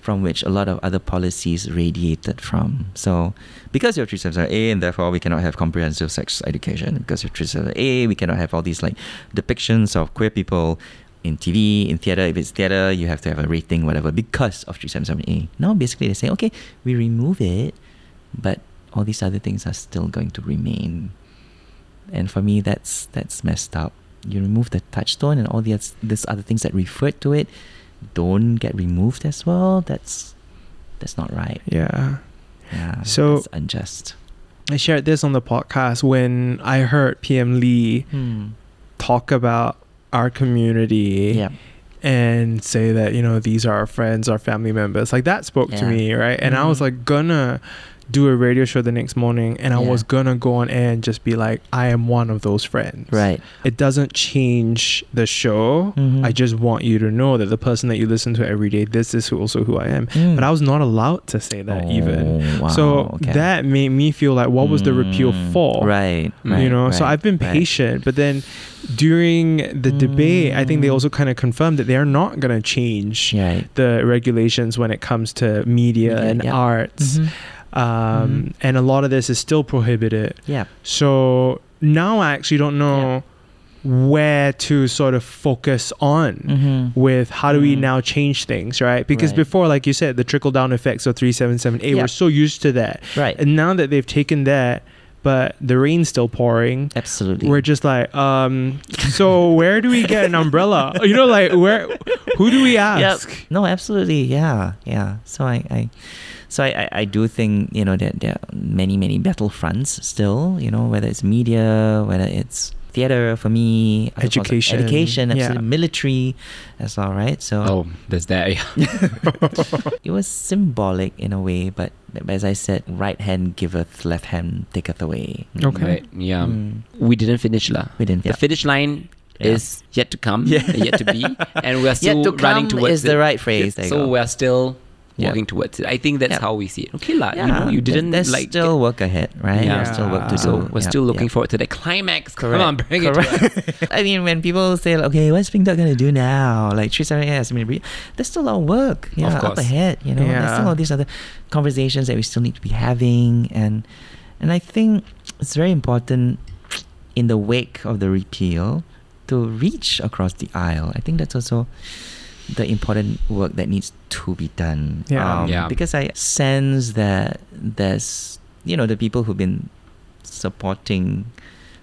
D: from which a lot of other policies radiated from. So because you have 377A and therefore we cannot have comprehensive sex education, because you have 377A, we cannot have all these like depictions of queer people in TV, in theater, if it's theater, you have to have a rating, whatever, because of 377A. Now basically they say, okay, we remove it, but all these other things are still going to remain. And for me, that's that's messed up. You remove the touchstone and all the oth- this other things that refer to it don't get removed as well. That's that's not right.
A: Yeah.
D: Yeah,
A: So-
D: it's unjust.
A: I shared this on the podcast when I heard PM Lee talk about our community
D: Yeah,
A: and say that, you know, these are our friends, our family members. Like that spoke to
D: Yeah.
A: me, right? And I was
D: Mhm.
A: like, gonna do a radio show the next morning and I
D: Yeah.
A: was gonna go on air and just be like, I am one of those friends.
D: right.
A: It doesn't change the show.
D: Mhm.
A: mm-hmm. I just want you to know that the person that you listen to every day, this is who also who I am. But I was not allowed to say that even.
D: Hmm. Oh, wow,
A: so
D: okay.
A: that made me feel like what was the repeal
D: Mm,
A: for
D: Right, right.
A: you know so
D: right,
A: i've been
D: right.
A: patient but then during the debate i think they
D: Mm.
A: also kind of confirmed that they're not going to change
D: Right.
A: the regulations when it comes to media
D: Media,
A: and
D: yeah. Mm-hmm.
A: arts
D: Mhm.
A: um, and a lot of this is still prohibited
D: Yeah.
A: so now i actually don't know where to sort of focus on
D: Mm-hmm.
A: with how do we
D: Mm.
A: now change things, right? Because
D: Right.
A: before, like you said, the trickle down effects of 377A,
D: Yeah.
A: we're so used to that.
D: Right.
A: And now that they've taken that, but the rain's still pouring,
D: Absolutely.
A: we're just like, um, so where do we get an umbrella? You know, like, where, who do we ask?
D: Yep. No, absolutely. Yeah, yeah. So I, I so I, I, I do think you know that there are many many battle fronts still. You know whether it's media, whether it's theater for me, other forms of
A: Education.
D: education,
A: Yeah.
D: absolutely military, as well, right? So
B: Oh, there's that. Oh.
D: it was symbolic in a way, but as I said, right hand giveth, left hand taketh away.
A: Okay.
B: Right, yeah.
D: Mm.
B: We didn't finish la.
D: We didn't.
B: The
D: yeah.
B: finish line
D: Yeah.
B: is yet to come, uh,
D: Yeah.
B: yet to be, and we're still
D: Yet to
B: running
D: come
B: towards
D: is
B: it.
D: the right phrase. There you
B: so
D: go.
B: we're still
D: Yeah.
B: working towards it. I think that's
D: Yeah.
B: how we see it. Okay, la.
D: yeah,
B: You know, you didn't
D: there's
B: like.
D: still work ahead, right?
B: Yeah.
D: There's still work to do.
B: so we're
D: Yeah,
B: still looking
D: yeah.
B: forward to the climax.
D: Correct.
B: Come on, bring it. To us.
D: I mean, when people say, like, okay, what's Pink Dot gonna do now? Like, three seven yes, I mean, re- there's still a lot of work, you
B: Of
D: know, up
B: course.
D: ahead, you know, there's
A: Yeah.
D: still all these other conversations that we still need to be having, and and I think it's very important in the wake of the repeal to reach across the aisle. I think that's also the important work that needs to be done. Um,
A: Yeah.
B: Yeah.
D: Because I sense that there's, you know, the people who've been supporting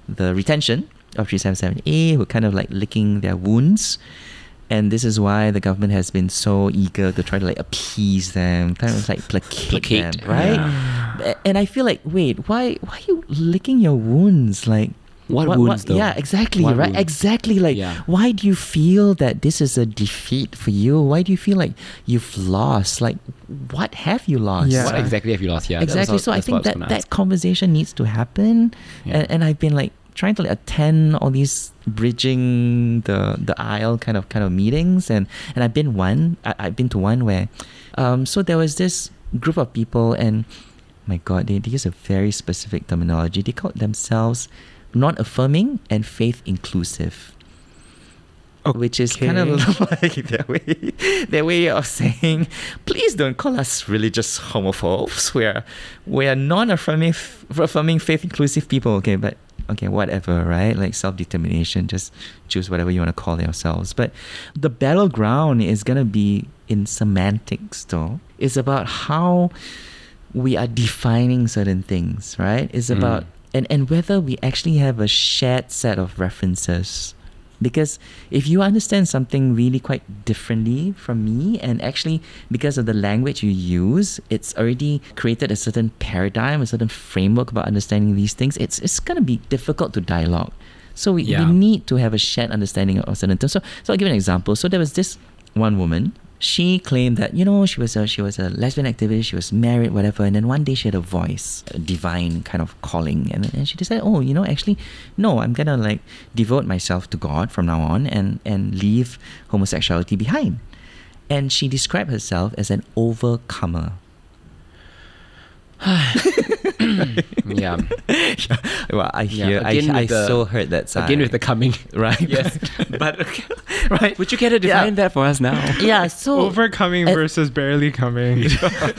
D: the retention of 377A who are kind of like licking their wounds. And this is why the government has been so eager to try to like appease them, kind of like placate,
B: Placate,
D: them, right?
A: yeah.
D: A- And I feel like, wait, why why are you licking your wounds? Like
B: What wounds, though?
D: Yeah, exactly,
B: What
D: right?
B: wounds?
D: Exactly. Like
B: Yeah.
D: why do you feel that this is a defeat for you? Why do you feel like you've lost? Like what have you lost?
A: Yeah.
B: What exactly have you lost? Yeah, that was
D: exactly.
B: all-
D: so
B: that's
D: I
B: what
D: think
B: was
D: that
B: gonna
D: that uh,
B: ask.
D: conversation needs to happen,
B: Yeah.
D: and, and I've been like trying to like, attend all these bridging the the aisle kind of kind of meetings, and and I've been one. I, I've been to one where, um, so there was this group of people, and my God, they, they use a very specific terminology. They called themselves non-affirming and faith inclusive Uh, which is kind of
A: Okay.
D: like their way, their way of saying, please don't call us religious homophobes. We're we're non-affirming, f- affirming faith inclusive people. Okay, but okay, whatever, right? Like self-determination, just choose whatever you want to call yourselves. But the battleground is gonna be in semantics, though. It's about how we are defining certain things, right? It's
B: Mm.
D: about and, and whether we actually have a shared set of references. Because if you understand something really quite differently from me, and actually because of the language you use, it's already created a certain paradigm, a certain framework about understanding these things, it's, it's going to be difficult to dialogue. So we,
B: Yeah.
D: we need to have a shared understanding of certain terms. So, so I'll give you an example. So there was this one woman. She claimed that you know she was a she was a lesbian activist. She was married, whatever. And then one day she had a voice, a divine kind of calling, and and she decided, oh, you know, actually, no, I'm gonna like devote myself to God from now on, and and leave homosexuality behind. And she described herself as an overcomer.
B: Yeah.
D: Well, I
B: Yeah,
D: hear,
B: again
D: I, I
B: with the-
D: so heard that side.
B: Again with the coming.
D: right,
B: Yes.
D: but right.
B: Would you care to define
D: Yeah.
B: that for us now?
D: Yeah, so
A: Overcoming
D: and-
A: versus barely coming.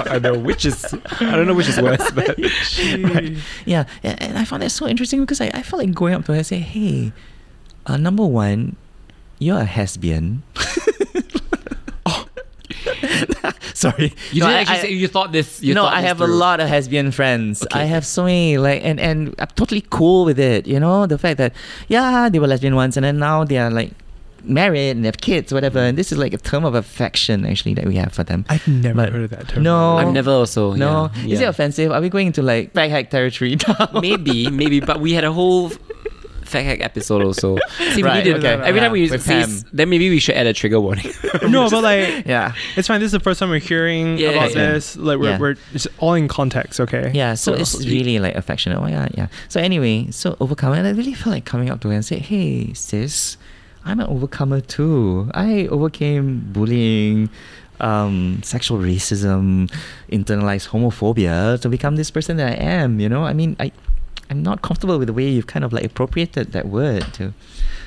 B: I know which is. I don't know which is worse, but
A: Gee.
D: yeah, a- and I found that so interesting because I, I felt like going up to her and say, "Hey, uh, number one, you're a lesbian." Sorry,
B: you
D: No,
B: didn't
D: I-
B: actually
D: I-
B: say you thought this. You
D: no,
B: thought
D: I
B: this
D: have a
B: through.
D: lot of lesbian friends.
B: Okay.
D: I have so many like, and and I'm totally cool with it. You know, the fact that yeah, they were lesbian once, and then now they are like married and have kids, whatever. And this is like a term of affection actually that we have for them.
A: I've never
D: But-
A: heard of that term.
D: No.
B: I've never also.
D: no,
B: yeah,
D: is
B: yeah.
D: it offensive? Are we going into like backhack territory now?
B: maybe, maybe, but we had a whole fact hack episode also. See, we
D: Right,
B: needed-
A: okay.
B: Every time we
D: With
B: say,
D: Pam.
B: s- then maybe we should add a trigger warning.
A: no, but like
D: yeah.
A: it's fine. This is the first time we're hearing
B: Yeah,
A: about
B: yeah.
A: this. Like we're,
D: Yeah.
A: we're it's all in context, okay?
D: Yeah, so it's really like affectionate. Oh my god, yeah. So anyway, so overcomer, and I really felt like coming up to her and say, "Hey, sis, I'm an overcomer too. I overcame bullying, um, sexual racism, internalized homophobia to become this person that I am. You know, I mean, I, I'm not comfortable with the way you've kind of like appropriated that word to.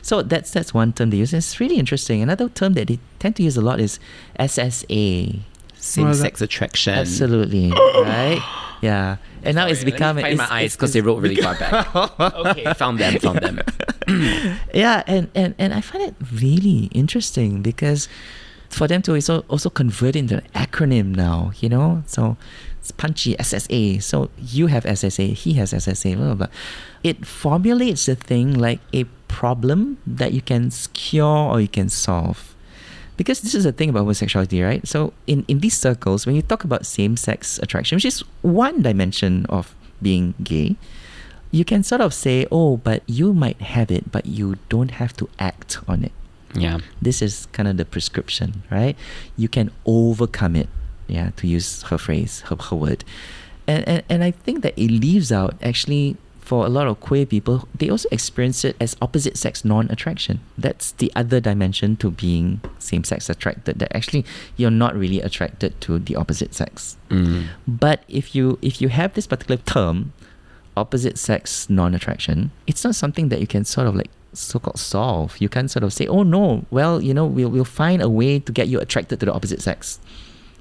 D: So that's that's one term they use. and It's really interesting. Another term that they tend to use a lot is SSA.
B: Same sex attraction.
D: Absolutely, right? Yeah. And now it's
B: Sorry, let me
D: become
B: find
D: it's-
B: my eyes
D: it's-
B: 'cause they wrote really far back.
D: okay,
B: found them, found them.
D: yeah, and, and and I find it really interesting because for them to also also convert into an acronym now, you know? So it's punchy SSA. So you have SSA, he has SSA, blah blah blah. It formulates a thing like a problem that you can cure or you can solve because this is the thing about homosexuality, right? So in, in these circles, when you talk about same-sex attraction, which is one dimension of being gay, you can sort of say, oh, but you might have it, but you don't have to act on it.
B: Yeah.
D: This is kind of the prescription, right? You can overcome it, yeah, to use her phrase, her, her word. And, and, and I think that it leaves out, actually, for a lot of queer people, they also experience it as opposite sex non attraction. That's the other dimension to being same sex attracted, that actually you're not really attracted to the opposite sex.
B: Mm.
D: But if you if you have this particular term, opposite sex non-attraction, it's not something that you can sort of like so-called solve. You can't sort of say, oh no, well you know we'll we'll find a way to get you attracted to the opposite sex.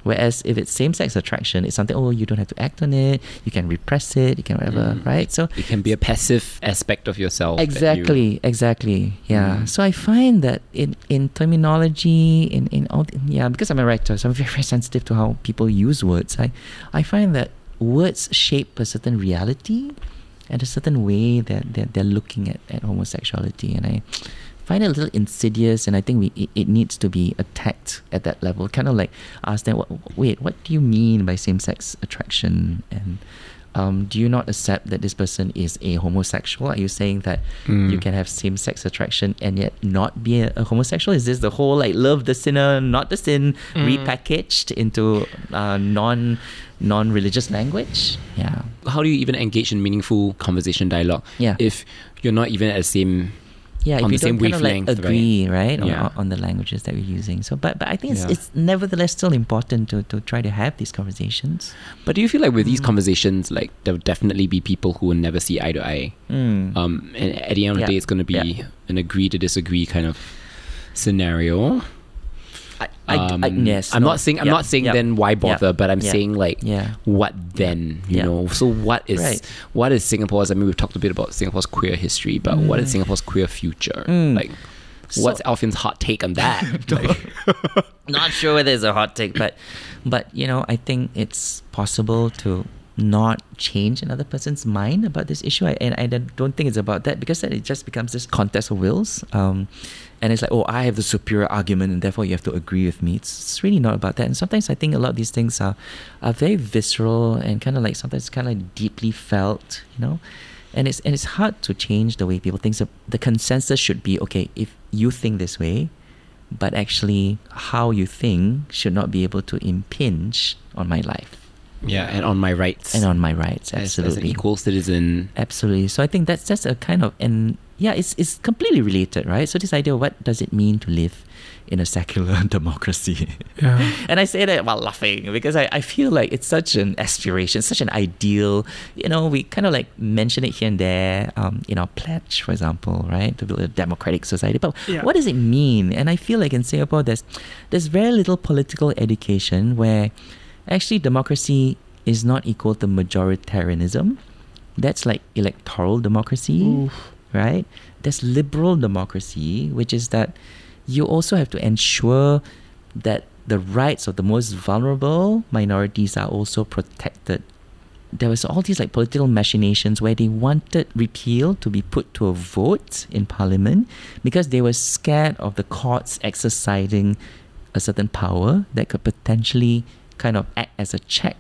D: Whereas if it's same-sex attraction, it's something oh you don't have to act on it, you can repress it, you can whatever,
B: Mm.
D: right? So
B: It can be a passive aspect of yourself. that you-
D: Exactly, exactly. Yeah.
B: Mm.
D: So I find that in, in terminology, in, in all, yeah, because I'm a writer, so I'm very, very sensitive to how people use words. I, I find that words shape a certain reality at a certain way that they're, they're looking at, at homosexuality and i find it a little insidious and i think we it, it needs to be attacked at that level kind of like ask them what, wait what do you mean by same-sex attraction and um, do you not accept that this person is a homosexual? Are you saying that
B: Mm.
D: you can have same-sex attraction and yet not be a, a homosexual? Is this the whole like love the sinner, not the sin,
A: Mm.
D: repackaged into uh, non non-religious language? Yeah.
B: How do you even engage in meaningful conversation dialogue
D: Yeah.
B: if you're not even at the same
D: yeah,
B: on
D: if
B: the
D: you
B: same
D: don't kind of like
B: wavelength, right?
D: agree, right, on-
B: Yeah.
D: on, on the languages that we're using. So, but but I think it's,
B: Yeah.
D: it's nevertheless still important to, to try to have these conversations.
B: But do you feel like with these
D: Mm.
B: conversations, like there'll definitely be people who will never see eye to eye?
D: Mm.
B: Um, and at the end of
D: Yeah.
B: the day, it's going to be
D: Yeah.
B: an agree to disagree kind of scenario.
D: I, I, I,
B: Um,
D: yes,
B: I'm
D: no,
B: not saying I'm
D: yep,
B: not saying
D: yep,
B: then why bother,
D: yep,
B: but I'm
D: yeah,
B: saying like
D: yeah.
B: what then, you
D: Yeah.
B: know? So what is
D: Right.
B: what is Singapore's? I mean, we've talked a bit about Singapore's queer history, but what is
D: Mm.
B: Singapore's queer future?
D: Mm.
B: Like,
D: So-
B: what's Alfian's hot take on that? Like,
D: not sure whether it's a hot take, but but you know, I think it's possible to not change another person's mind about this issue. I, and I don't think it's about that because then it just becomes this contest of wills. Um, and it's like, oh, I have the superior argument, and therefore you have to agree with me. It's, it's really not about that. And sometimes I think a lot of these things are are very visceral and kind of like sometimes kind of like deeply felt, you know and it's and it's hard to change the way people think. So the consensus should be okay if you think this way, but actually how you think should not be able to impinge on my life
B: yeah, and on my rights
D: and on my rights.
B: as, as an
D: Absolutely,
B: equal citizen.
D: absolutely. So I think that's that's a kind of and yeah, it's it's completely related, right? So this idea, of what does it mean to live in a secular democracy?
A: Yeah.
D: and I say that while laughing because I, I feel like it's such an aspiration, such an ideal. You know, we kind of like mention it here and there um, in our pledge, for example, right, to build a democratic society. But
A: Yeah.
D: what does it mean? And I feel like in Singapore, there's there's very little political education where actually democracy is not equal to majoritarianism. That's like electoral democracy
A: Oof.
D: right? There's liberal democracy, which is that you also have to ensure that the rights of the most vulnerable minorities are also protected. There was all these like political machinations where they wanted repeal to be put to a vote in parliament because they were scared of the courts exercising a certain power that could potentially kind of act as a check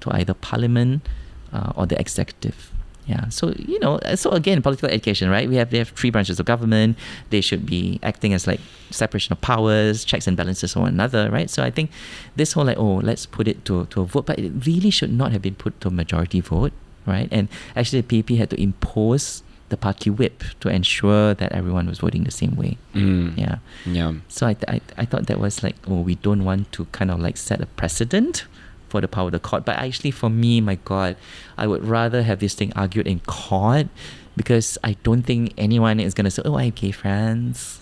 D: to either parliament uh, or the executive. Yeah. So you know, uh, so again, political education, right? We have they have three branches of government. They should be acting as like separation of powers, checks and balances on one another, right? So I think this whole like oh, let's put it to to a vote, but it really should not have been put to a majority vote, right? And actually, the PAP had to impose the party whip to ensure that everyone was voting the same way.
B: Mm.
D: Yeah.
B: Yeah.
D: So I, th- I, I thought that was like, oh, we don't want to kind of like set a precedent for the power of the court. But actually, for me, my God, I would rather have this thing argued in court because I don't think anyone is going to say, oh, I have gay friends.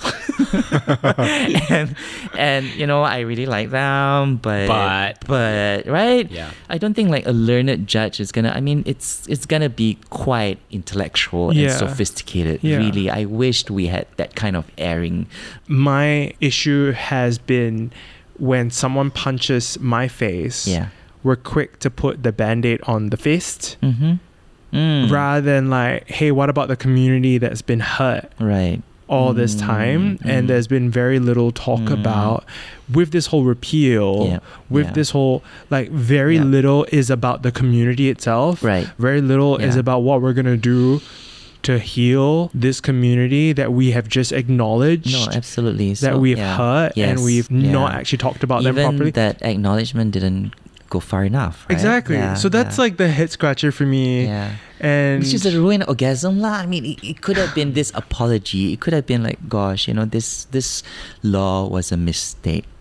D: and, and, you know, I really like them, but,
B: But-
D: but, right?
B: Yeah.
D: I don't think like a learned judge is going to, I mean, it's, it's going to be quite intellectual and
A: Yeah.
D: sophisticated.
A: Yeah.
D: Really, I wished we had that kind of airing.
A: my issue has been when someone punches my face,
D: Yeah.
A: we're quick to put the band aid on the fist
D: Mm-hmm.
A: rather than like, hey, what about the community that's been hurt?
D: Right.
A: all this time
D: Mm, mm.
A: and there's been very little talk
D: Mm.
A: about with this whole repeal
D: Yeah,
A: with
D: yeah.
A: this whole like very
D: Yeah.
A: little is about the community itself
D: Right.
A: very little is
D: Yeah.
A: about what we're going to do to heal this community that we have just acknowledged
D: No, absolutely.
A: that
D: So,
A: we've
D: yeah.
A: hurt
D: Yes.
A: and we've
D: Yeah.
A: not actually talked about
D: Even
A: them properly
D: that acknowledgement didn't go far enough. right?
A: exactly
D: Yeah,
A: so that's
D: yeah,
A: like the head scratcher for me
D: Yeah.
A: and
D: Which is a ruined orgasm, lah. I mean, it, it could have been this apology. It could have been like, gosh, you know, this this law was a mistake.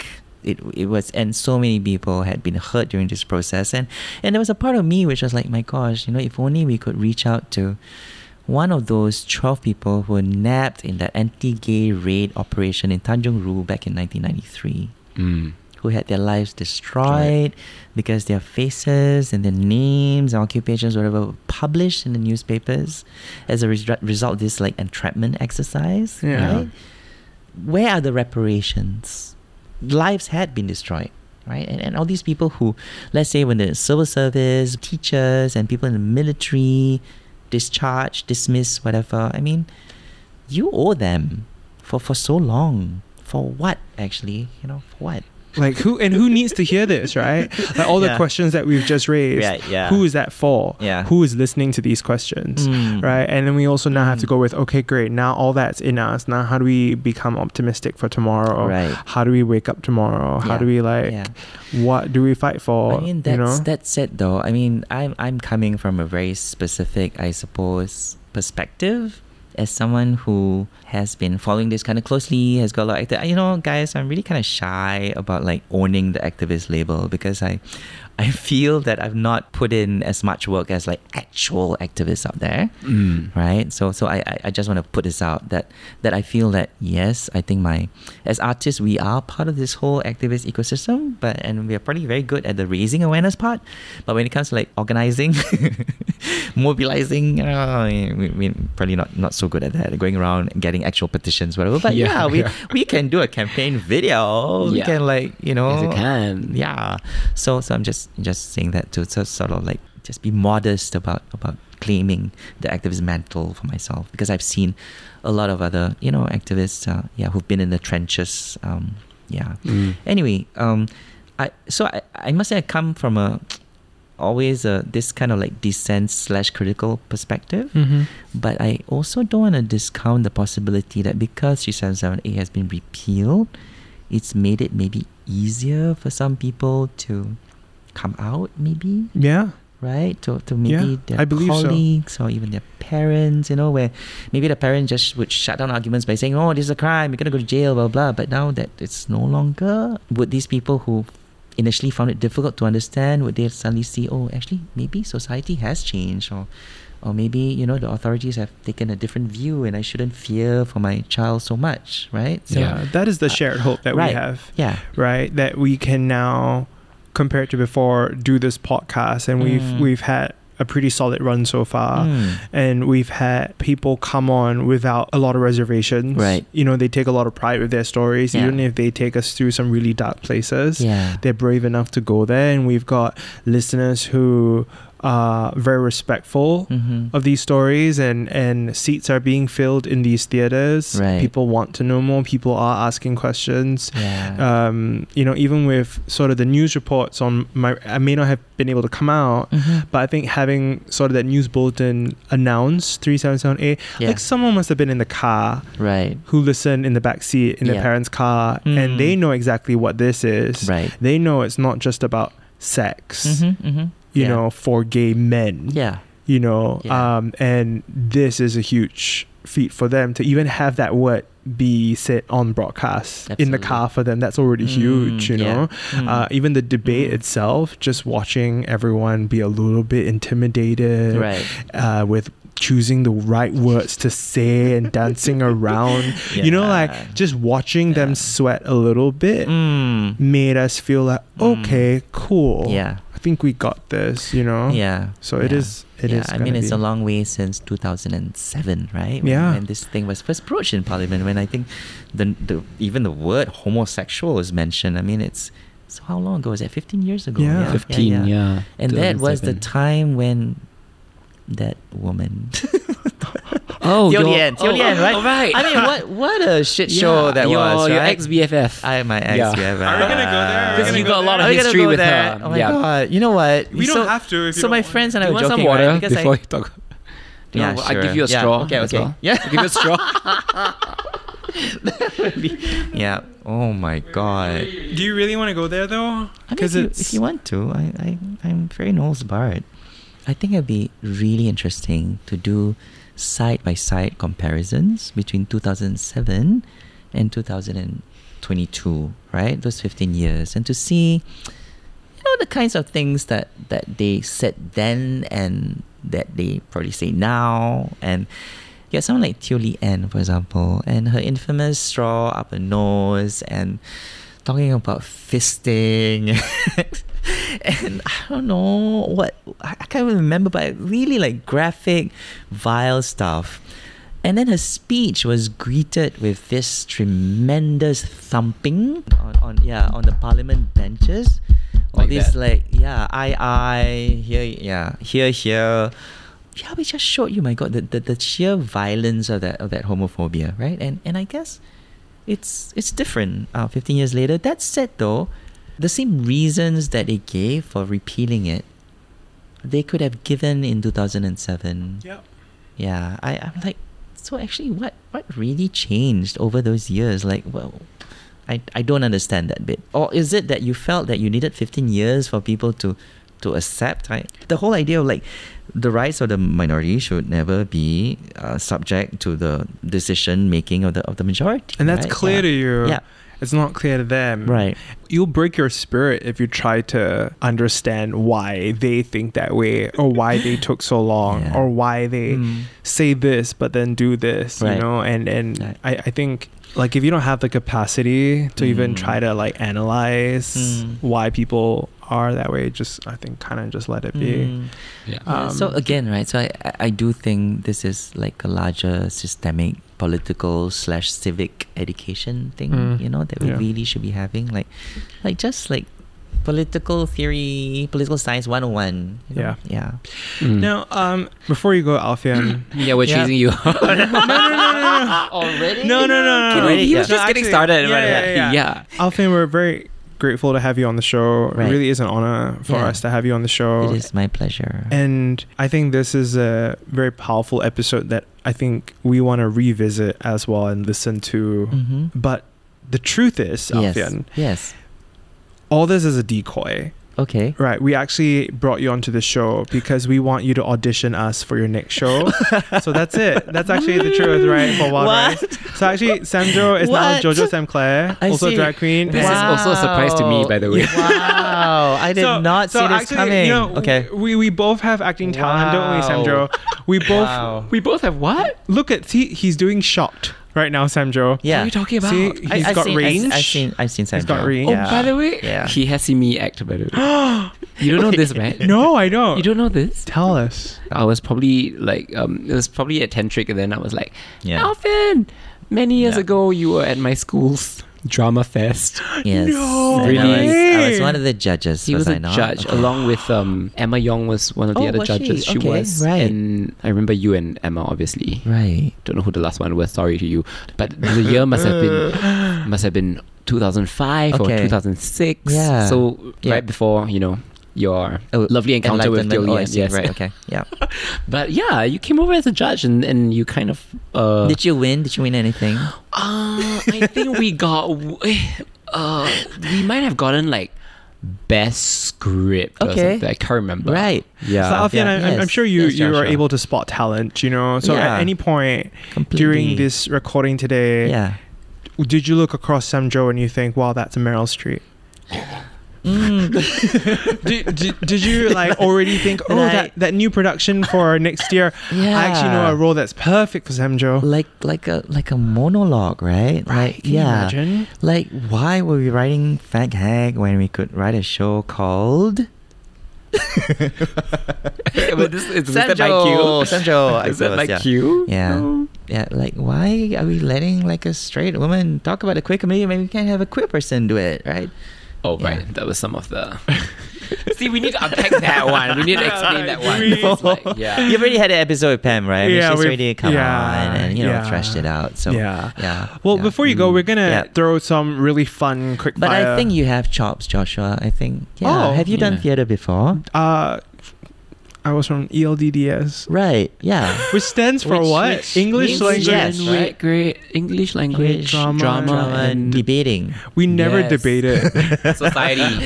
D: It it was, and so many people had been hurt during this process, and and there was a part of me which was like, my gosh, you know, if only we could reach out to one of those 12 people who were nabbed in that anti-gay raid operation in Tanjung Rhu back in 1993
B: Mm.
D: who had their lives destroyed because their faces and their names and occupations, whatever, were published in the newspapers as a res- result of this like entrapment exercise.
A: Yeah.
D: Right? Where are the reparations? Lives had been destroyed. Right? And, and all these people who, let's say, when the civil service, teachers, and people in the military, discharge, dismiss, whatever. I mean, you owe them for for so long. For what actually? You know, for what?
A: Like who and who needs to hear this, right? Like all the
D: Yeah.
A: questions that we've just raised.
D: Right, yeah.
A: Who is that for?
D: Yeah.
A: Who is listening to these questions?
D: Mm.
A: Right. And then we also now have to
D: Mm.
A: go with, okay, great, now all that's in us. Now how do we become optimistic for tomorrow?
D: Right.
A: How do we wake up tomorrow? How
D: Yeah,
A: do we like
D: yeah.
A: what do we fight for?
D: I mean,
A: you
D: that's
A: know?
D: that's it though. I mean, I'm I'm coming from a very specific, I suppose, perspective as someone who has been following this kind of closely, has got a lot of acti- you know, guys, I'm really kind of shy about like owning the activist label because I I feel that I've not put in as much work as like actual activists out there
B: Mm.
D: right so so i i I just want to put this out that that i feel that yes i think my as artists we are part of this whole activist ecosystem but and we are probably very good at the raising awareness part but when it comes to like organizing mobilizing you know, we, we're probably not not so good at that going around and getting actual petitions whatever but
B: Yeah,
D: yeah, we
B: yeah.
D: we can do a campaign video we
B: Yeah.
D: can like you know
B: Yes, we can.
D: yeah so so i'm just just saying that to to sort of like just be modest about about claiming the activist mantle for myself because i've seen a lot of other you know activists uh, yeah who've been in the trenches um yeah
B: Mm.
D: anyway um i so i i must say i come from a always a this kind of like dissent slash critical perspective
A: Mhm.
D: but I also don't want to discount the possibility that because 377A has been repealed, it's made it maybe easier for some people to come out, maybe,
A: Yeah.
D: right? To, to maybe
A: Yeah,
D: their
A: I believe so.
D: colleagues or even their parents, you know, where maybe the parent just would shut down arguments by saying, oh, this is a crime, you're going to go to jail, blah, blah. But now that it's no longer, would these people who initially found it difficult to understand, would they suddenly see, oh, actually, maybe society has changed or or maybe you know the authorities have taken a different view and i shouldn't fear for my child so much right so
A: yeah. That is the
D: uh,
A: shared hope that we
D: right.
A: have.
D: yeah
A: right that we can now compared to before do this podcast and we've
D: Mm.
A: we've had a pretty solid run so far
D: Mm.
A: and we've had people come on without a lot of reservations
D: Right.
A: you know they take a lot of pride with their stories
D: Yeah.
A: even if they take us through some really dark places
D: yeah
A: they're brave enough to go there and we've got listeners who are very respectful
D: mm-hmm.
A: of these stories and and seats are being filled in these theaters
D: Right.
A: people want to know more people are asking questions
D: yeah
A: um, you know, even with sort of the news reports on my, I may not have been able to come out,
D: Mhm.
A: but I think having sort of that news bulletin announced 377A,
D: yeah.
A: like someone must have been in the car
D: right
A: who listened in the back seat in their
D: Yeah.
A: parents' car
D: Mm.
A: and they know exactly what this is.
D: right
A: They know it's not just about sex,
D: mm-hmm. Mm-hmm.
A: you
D: yeah.
A: know, for gay men,
D: yeah
A: you know,
D: Yeah.
A: um, and this is a huge feat for them to even have that word be said on broadcast in the
D: Absolutely.
A: car for them. That's already
D: Mm,
A: huge, you
D: yeah.
A: know.
D: Mm.
A: Uh, even the debate
D: Mm.
A: itself, just watching everyone be a little bit intimidated
D: right
A: uh, with choosing the right words to say and dancing around, you know,
D: Yeah.
A: like just watching
D: Yeah.
A: them sweat a little bit
D: mm.
A: made us feel like,
D: Mm.
A: okay, cool.
D: yeah
A: I think we got this, you know?
D: yeah
A: So it
D: yeah.
A: is. It is.
D: yeah, I mean,
A: gonna
D: it's a
A: be.
D: long way since 2007, right? When-
A: Yeah.
D: When this thing was first broached in Parliament, when I think the, the even the word homosexual was mentioned. I mean, it's so how long ago was that? 15 years ago.
A: Yeah.
B: 15, yeah.
D: And that was the
B: 2007.
D: time when that woman.
B: Oh,
D: Teo
B: your-
D: Lian, Teo
B: oh,
D: Lian, right?
B: oh, right.
D: I mean, what what a shit show that
B: your,
D: was,
B: Your
D: right?
B: ex BFF.
D: I my ex.
B: Yeah.
D: Yeah. uh,
A: Are we gonna go there? Are we
B: Because
A: gonna
B: you
A: go
B: got a lot
A: there?
B: of
D: Are we gonna
B: history
D: go
B: with
D: there?
B: her.
D: Oh my god! You know what?
A: We
D: So-
A: don't have to. If you
D: so
A: don't
D: my
A: want
D: friends
A: to.
D: and I
B: Do you
D: were
B: want
D: joking,
B: some water
D: right? Because
B: before
D: I,
B: you talk?
D: Yeah,
B: no, I give
D: sure.
B: you a
D: Yeah,
B: straw.
D: okay,
B: as
D: okay.
B: well.
D: Yeah.
B: I give you a straw.
D: yeah. Oh my god.
A: Do you really want to go there though?
D: I mean, if, you,
A: it's
D: if you want to, I, I, I'm very Knowles barred. I think it'd be really interesting to do side by side comparisons between 2007 and 2022, right? Those 15 years, and to see, you know, the kinds of things that that they said then and that they probably say now, and yeah, someone like Teo Lee Ann, for example, and her infamous straw up her nose and talking about fisting and I don't know what I I can't even remember, but really like graphic, vile stuff. And then her speech was greeted with this tremendous thumping on, on yeah on the parliament benches. All
B: Like
D: these
B: that.
D: like yeah I I here yeah here here yeah, we just showed you, my God, the, the, the sheer violence of that of that homophobia, right? And and I guess it's it's different. Uh, Fifteen years later. That said, though, the same reasons that they gave for repealing it, they could have given in two thousand and seven.
A: Yep.
D: Yeah, I I'm like, so actually, what what really changed over those years? Like, well. I, I don't understand that bit. Or is it that you felt that you needed 15 years for people to to accept? I, the whole idea of like the rights of the minority should never be uh, subject to the decision making of the of the majority.
A: And that's
D: right?
A: clear
D: Yeah.
A: to you.
D: Yeah.
A: It's not clear to them.
D: Right.
A: You'll break your spirit if you try to understand why they think that way or why they took so long
D: Yeah.
A: or why they
D: Mm.
A: say this but then do this, you
D: Right.
A: know? And and
D: Right.
A: I, I think like if you don't have the capacity to even
D: Mm.
A: try to like analyze
D: Mm.
A: why people are that way, just I think kinda just let it be.
D: Mm.
B: Yeah.
D: Yeah, so
A: Um,
D: again, right? So I, I- I do think this is like a larger systemic political slash civic education thing,
A: Mm,
D: you know, that we
A: yeah.
D: really should be having. Like like just like political theory, political science one oh one.
A: Yeah.
D: Yeah.
B: Mm.
A: Now, um before you go, Alfian
B: Yeah, we're
D: Yeah.
B: chasing you. no, no, no,
A: no, no.
B: Already?
A: No, no, no, no,
B: Can
D: no.
B: we- He
D: Yeah.
B: was
A: No,
B: just getting
A: actually-
B: started.
A: yeah,
B: by the
A: yeah,
B: way.
A: yeah. Alfin, we're very grateful to have you on the show. It
D: Right.
A: really is an honor for
D: Yeah.
A: us to have you on the show.
D: It is my pleasure.
A: And I think this is a very powerful episode that I think we want to revisit as well and listen to.
D: hmm
A: But the truth is,
D: Yes.
A: Alfian,
D: Yes.
A: all this is a decoy,
D: Okay.
A: right? We actually brought you onto the show because we want you to audition us for your next show. so that's it. That's actually the truth, right? For Wild
D: What?
A: Rice. So actually, Samjo is now
D: What?
A: Jojo Sam Claire,
D: I
A: also
D: see.
A: drag queen.
B: This
A: and-
B: is also a surprise to me, by the way.
D: Wow. I did
A: So-
D: not
A: so
D: see this
A: actually,
D: coming.
A: You know,
D: okay.
A: We we both have acting talent, don't we,
D: Wow.
A: Samjo? We both
D: Wow.
B: We both have what?
A: look at see he's doing shocked right now, Samjo.
D: Yeah.
B: What are you talking about?
A: See,
D: I,
A: he's
D: I've
A: got
D: seen, I've-
A: range.
D: I've, seen I've seen
A: he's
D: Seinfeld.
A: got range.
B: Oh,
A: Yeah.
B: by the way,
D: Yeah.
B: he has seen me act, by the way. you don't know this, right?
A: no, I don't.
B: You don't know this?
A: tell us.
B: I was probably like, um, it was probably at Tantric, and then I was like,
D: Yeah.
B: Alvin, many years
D: Yeah.
B: ago, you were at my school's drama fest.
D: Yes.
A: No
D: And I was- I was
A: way.
D: one of the judges.
B: He was,
D: I
B: a
D: not?
B: judge,
D: Okay.
B: along with um, Emma Yong was one of the
D: Oh,
B: other
D: was she?
B: judges. She,
D: Okay,
B: was,
D: right.
B: and I remember you and Emma, obviously.
D: Right.
B: Don't know who the last one was. Sorry to you, but the year must have been must have been 2005 or
D: Okay.
B: 2006.
D: Yeah.
B: So
D: Yeah.
B: right before you know your
D: Oh,
B: lovely encounter with
D: enlightenment.
B: Gillian.
D: Oh, I see.
B: yes.
D: Right. Okay. Yeah.
B: But yeah, you came over as a judge, and, and you kind of. Uh,
D: Did you win? Did you win anything?
B: Uh, I think we got. Uh, we might have gotten like best script or
D: Okay.
B: something. I can't remember.
D: Right.
B: Yeah.
A: so Alfian,
D: yeah,
A: I'm, I'm- I'm
D: yes,
A: sure you
D: yes,
A: you
D: sure,
A: are
D: sure.
A: able to spot talent. You know, so
D: Yeah.
A: at any point
D: Completely.
A: during this recording today,
D: Yeah.
A: did you look across Samjo and you think, "Wow, that's a Meryl Streep"?
D: Mm.
A: did, did, did you like already think, oh,
D: Like-
A: that, that new production for next year? I actually know a
D: Yeah.
A: role that's perfect for Samjo.
D: like like a like a monologue, right?
A: Right,
D: Like,
A: can you
D: yeah.
A: imagine?
D: Like why were we writing Fag Hag when we could write a show called
B: but this, is, is that by
D: Sanjo,
B: Q?
D: Sanjo, I
B: is that by
D: suppose, yeah.
B: Q?
D: Yeah. Yeah, like why are we letting like a straight woman talk about a queer comedian? Maybe we can't have a queer person do it, right?
B: Oh
D: Yeah.
B: right, that was some of the. See, we need to unpack that one. We need to explain that one.
A: We-
B: It's like, yeah.
D: You've already had an episode with Pam, right? I mean,
A: Yeah,
D: she's
A: we've-
D: already come
A: yeah,
D: on and you know
A: yeah.
D: thrashed it out. So
A: Yeah.
D: yeah.
A: Well,
D: yeah.
A: before you go, we're gonna
D: Yeah.
A: throw some really fun quick.
D: But
A: fire.
D: I think you have chops, Joshua. I think. Yeah.
A: Oh.
D: have you done
B: Yeah.
D: theater before?
A: Uh, I was from E ELDDS,
D: Right. Yeah.
A: which stands for
B: Which-
A: what?
B: which
A: English
B: means
A: language.
D: yes.
B: language,
D: right?
B: Great English language,
A: drama,
B: drama,
A: drama
D: and
B: and
D: debating.
A: We never
B: Yes.
A: debated.
B: society.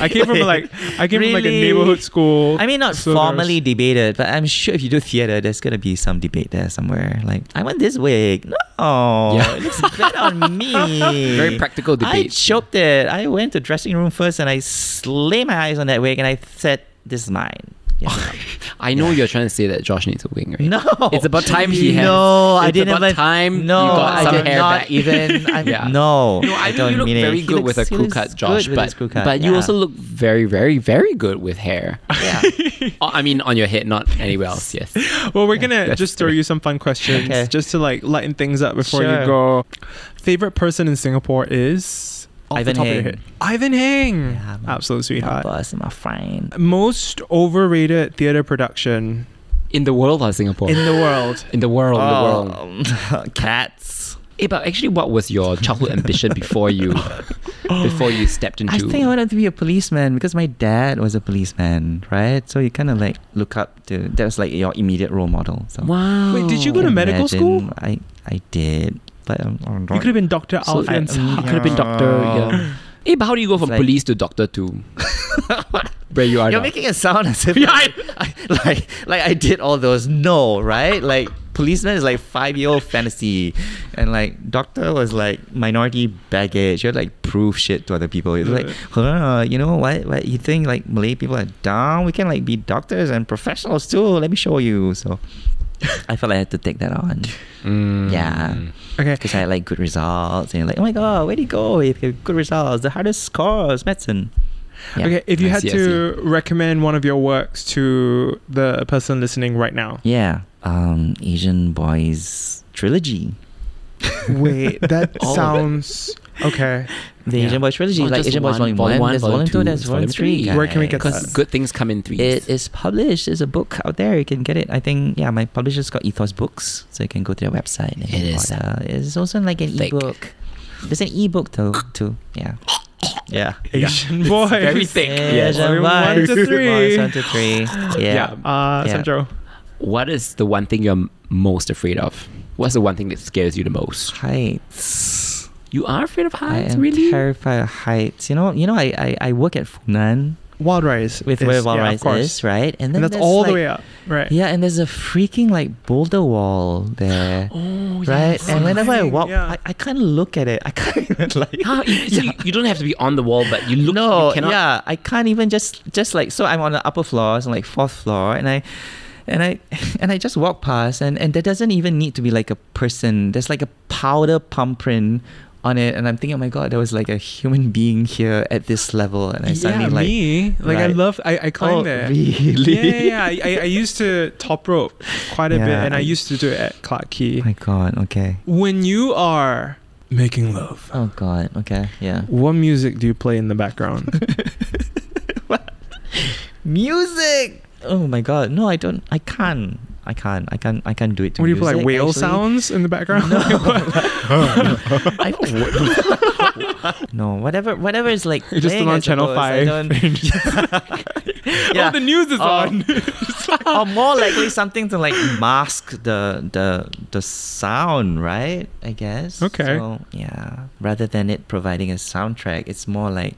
A: I came from like I came from like a
D: Really?
A: neighborhood school.
D: I mean, not
A: so there was-
D: formally debated, but I'm sure if you do theater, there's gonna be some debate there somewhere. Like, I want this wig. No,
B: Yeah.
D: it looks bad on me.
B: Very practical
D: I
B: debate.
D: choked it. I went to dressing room first, and I slay my eyes on that wig, and I said, "This is mine." Yes, it's mine.
B: I know you're trying to say that Josh needs a wing, right?
D: No,
B: It's about time he has.
D: No, I
B: It's
D: didn't
B: about
D: even-
B: time
D: No,
B: you got
D: I
B: some
D: did
B: hair
D: not
B: back.
D: even. I'm,
B: Yeah.
D: No,
B: No, I, know
D: don't
B: you look
D: mean it.
B: very
D: He
B: good with a
D: looks- he
B: crew
D: looks
B: cut,
D: good
B: Josh.
D: with
B: But,
D: his crew cut,
B: but you
D: yeah.
B: also look very, very, very good with hair.
D: Yeah.
B: Oh, I mean, on your head, not anywhere else. Yes.
A: Well, we're gonna
B: that's
A: just throw you some fun questions,
D: Okay.
A: just to like lighten things up before you
D: Sure.
A: go. Favorite person in Singapore is off
D: Ivan
A: the top of your head.
D: Heng.
A: Ivan Heng,
D: Yeah, my-
A: absolute
D: My
A: sweetheart.
D: boss, my friend.
A: Most overrated theater production.
B: in the world or Singapore?
A: in the world.
B: In the world,
D: Oh.
B: in the world.
D: um, cats.
B: Eh, but actually, what was your childhood ambition before you, before you stepped into?
D: I think I wanted to be a policeman because my dad was a policeman, right? So you kind of like look up to that was like your immediate role model. So
B: Wow.
A: Wait, did you go to medical
D: Imagine
A: school?
D: I I did, but um, I'm
A: You
D: not-
A: could have been Doctor
B: So-
A: Alfian.
D: I- um,
B: You could have been doctor. Yeah. Eh, but how do you go from
D: Like-
B: police to doctor to where you are
D: You're
B: now?
D: making it sound as if
B: Yeah,
D: I,
B: I-
D: I- like like I did all those. No, right? Like policeman is like five year old fantasy, and like doctor was like minority baggage. You're like prove shit to other people. It's like, huh, you know what? What you think like Malay people are dumb? We can like be doctors and professionals too. Let me show you. So. I felt I had to take that on.
B: Mm.
D: Yeah.
A: Okay.
D: Because I had like good results and like, oh my god, where do you go if you have good results? The hardest course, medicine. Yeah.
A: Okay, if you
B: I
A: had
B: see, I
A: to recommend one of your works to the person listening right now,
D: Yeah. Um, Asian Boys trilogy.
A: wait, that
B: All of it.
A: sounds okay.
D: The
B: Yeah.
D: Asian Boys trilogy,
B: Not
D: like
B: just
D: Asian Boys
B: one,
D: Volume
B: Volume
D: One,
B: One,
D: there's
B: Volume
D: Volume Two,
B: Two,
D: there's Volume
B: Volume
D: Three.
B: Three.
A: Where can we get
D: guys.
A: that?
B: Because good things come in threes.
D: It is published. There's a book out there. You can get it. I think. Yeah, my publisher's got Ethos Books, so you can go to their website and
B: It is
D: order. It's also like an
B: thick.
D: ebook. There's an ebook though too. Yeah. Yeah.
A: Asian boys.
B: very thick. Yes.
A: Volume
D: Asian
A: one
D: Boys.
A: to
D: Boys
A: three.
D: One to three. Yeah.
A: Uh,
D: Yeah.
A: Sanjo.
B: What is the one thing you're m- most afraid of? What's the one thing that scares you the most?
D: Heights.
B: You are afraid of
D: I
B: heights,
D: am
B: really?
D: terrified of heights. You know, you know, I, I, I work at Funan
A: Wild Rise.
D: with
A: is-
D: where
A: yeah, of
D: Walrise
A: course.
D: is, right?
A: And, that's
D: there's,
A: all the
D: like-
A: way up. Right.
D: Yeah, and there's a freaking like boulder wall there.
B: Oh,
D: Right,
B: yes.
D: and whenever I walk,
A: yeah.
D: I, I can't look at it. I can't even like.
B: Huh? You, so you, you don't have to be on the wall, but you look.
D: no,
B: you cannot,
D: yeah, I can't even just just like. So I'm on the upper floor, so like fourth floor, and I, and I, and I just walk past, and and there doesn't even need to be like a person. There's like a powder pump print on it, and I'm thinking, oh my god, there was like a human being here at this level, and I suddenly
A: yeah,
D: like.
A: me. Like I
D: right.
A: love. I, I climbed
D: Oh,
A: there.
D: really?
A: Yeah, yeah. yeah. I, I used to top rope quite a bit,
D: Yeah.
A: and I used to do it at Clark Key.
D: Oh my god. Okay.
A: When you are making love,
D: Oh god. Okay. Yeah.
A: what music do you play in the background?
D: Music. Oh my god. No, I don't. I can't. I can't. I can't. I can't do it. To
A: what do you play? Like
D: music,
A: whale
D: actually.
A: sounds in the background?
D: No.
A: Like, what?
D: I- no, whatever, whatever is like.
A: You're just
D: playing,
A: on
D: I
A: Channel
D: suppose. I
A: 5.
D: don't- yeah.
A: Oh, the news is
D: Oh.
A: on.
D: or Oh, more likely something to like mask the the the sound, right? I guess.
A: Okay.
D: So, yeah. Rather than it providing a soundtrack, it's more like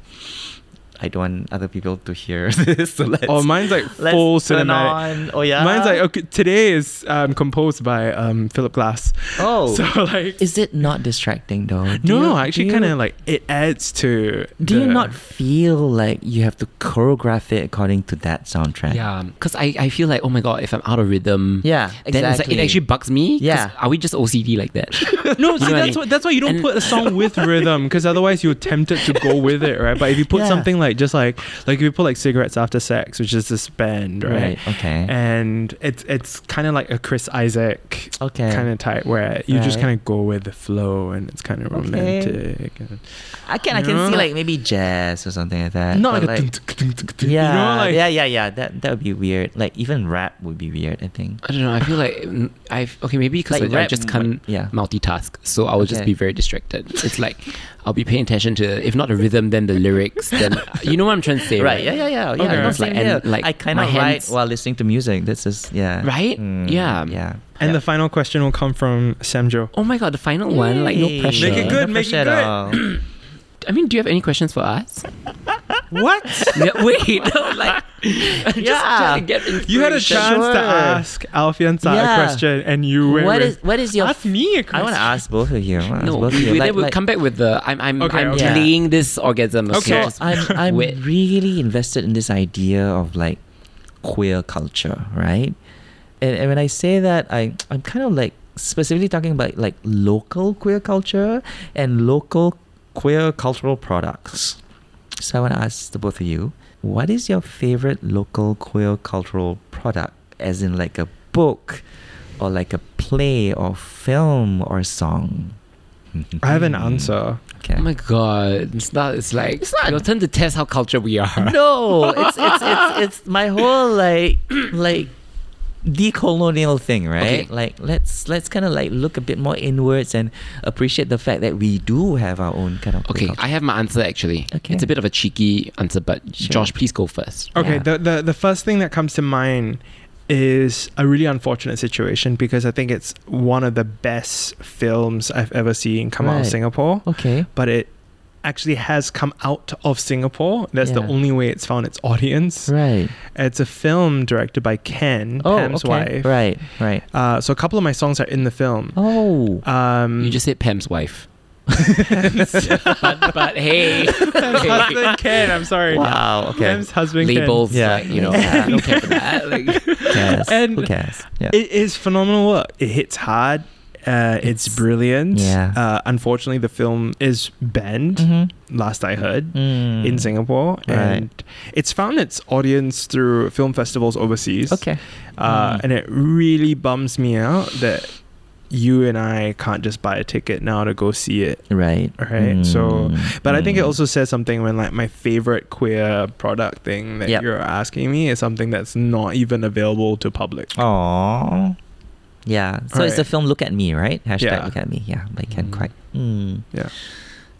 D: I don't want other people to hear this. So let's,
A: oh, mine's like
D: let's
A: full
D: turn
A: cinematic.
D: on. Oh yeah.
A: Mine's like okay, today is um, composed by um, Philip Glass.
D: Oh.
A: so like
D: Is it not distracting though? Do
A: no,
D: you-
A: actually,
D: do you-
A: kind of like it adds to.
D: Do you
A: the-
D: not feel like you have to choreograph it according to that soundtrack?
B: Yeah, because I, I feel like oh my god, if I'm out of rhythm,
D: Yeah,
B: then it's like, it
D: exactly.
B: actually bugs me. 'cause
D: Yeah.
B: are we just OCD like that?
A: No,
B: know
A: see,
B: what I
A: that's
B: mean?
A: what, that's why you don't
B: And-
A: put a song with rhythm because otherwise you're tempted to go with it, right? But if you put
D: Yeah.
A: something like just like like if you put like cigarettes after sex, which is this band, right?
D: Right, okay.
A: And it's it's kind of like a Chris Isaac
D: Okay.
A: kind of type where you just
D: Right.
A: kind of go with the flow and it's kind of romantic. And
D: I can I can see
A: Yeah.
D: like maybe jazz or something like that.
A: not
D: but,
A: like, a tunk, tunk, tunk, tunk,
D: yeah,
A: you know, like
D: yeah, yeah, yeah. That that would be weird. Like even rap would be weird. I think.
B: I don't know. I feel like mm, I've okay maybe because
D: Like
B: I, I
D: rap
B: just
D: mu-
B: can't
D: yeah.
B: multitask, so I will just
D: Okay.
B: be very distracted. It's like I'll be paying attention to if not the rhythm, then the lyrics. Then you know what I'm trying to say, right?
D: Yeah, yeah, yeah. yeah
A: Okay.
D: no,
A: It's
D: same
B: like- and,
D: here.
B: like, my
D: I cannot write
B: hands-
D: while listening to music. This is yeah. Mm,
B: Right? Yeah.
D: Yeah.
A: And
D: yeah.
A: the final question will come from Samjo.
B: Oh my god, the final one, like no
D: Yay.
B: pressure.
A: Make it good,
D: No
A: make it
D: pressure at
A: good.
D: all.
B: I mean, do you have any questions for us?
A: What?
B: yeah, wait, no, like I'm just
D: Yeah.
B: trying to get
A: You had a
B: inspiration.
A: chance
D: Sure.
A: to ask Alfian Saad a
D: Yeah.
A: question and you went
D: What
A: with,
D: is what is your?
A: ask me a question.
D: I want to ask both of you. I wanna ask
B: No,
D: both of
B: we,
D: you.
B: we,
D: Like-
B: then we'll
D: like-
B: come back with the. I'm I'm
A: Okay,
B: I'm
A: okay.
B: delaying this orgasm.
A: Okay. So
B: so just-
D: I'm, I'm
B: Wait.
D: really invested in this idea of like queer culture, right? And, and when I say that, I I'm kind of like specifically talking about like local queer culture and local queer cultural products. So I want to ask the both of you, what is your favorite local queer cultural product, as in like a book, or like a play, or film, or song?
A: I have an answer.
D: Okay.
B: Oh my god, it's not. It's like it's not. Your turn to test how cultured we are.
D: no, it's, it's it's it's my whole like like decolonial thing, right?
B: Okay.
D: Like let's let's kind of like look a bit more inwards and appreciate the fact that we do have our own kind of
B: Okay,
D: culture.
B: I have my answer actually.
D: Okay.
B: It's a bit of a cheeky answer, but
D: Sure.
B: Josh, please go first.
A: Okay,
D: Yeah.
A: the, the the first thing that comes to mind is a really unfortunate situation because I think it's one of the best films I've ever seen come out of
D: Right.
A: Singapore,
D: okay.
A: but it actually has come out of Singapore. That's the
D: Yeah.
A: only way it's found its audience.
D: Right.
A: It's a film directed by Ken,
D: Oh,
A: Pam's
D: okay.
A: wife.
D: Right. Right.
A: Uh, so a couple of my songs are in the film.
D: Oh.
A: Um,
B: You just said Pam's wife. but, but hey,
A: Pam's husband Ken. I'm sorry.
D: Wow. Okay.
A: Pam's husband Ken.
B: labels,
D: Yeah.
B: like, you know,
D: Yeah.
B: I don't care for that. Like,
D: Yes.
A: And-
D: Who cares? Yeah.
A: It is phenomenal work. It hits hard. Uh, it's,
D: It's-
A: brilliant.
D: yeah.
A: Uh, unfortunately, the film is banned.
D: Mhm.
A: Last I heard,
D: Mm.
A: in Singapore, and it's found its audience through film festivals overseas.
D: Okay.
A: Uh,
D: Mm.
A: And it really bums me out that you and I can't just buy a ticket now to go see it.
D: Right.
A: Right, so-
D: Mm.
A: But I think it
D: Mm.
A: also says something when like my favorite queer product thing that
D: Yep.
A: you're asking me is something that's not even available to public.
D: Aww. Yeah. So it's
A: Alright.
D: the film Look at Me, right? Hashtag
A: Yeah.
D: Look at Me. Yeah. By Ken
B: Mm.
D: Kwek. Mm.
A: Yeah.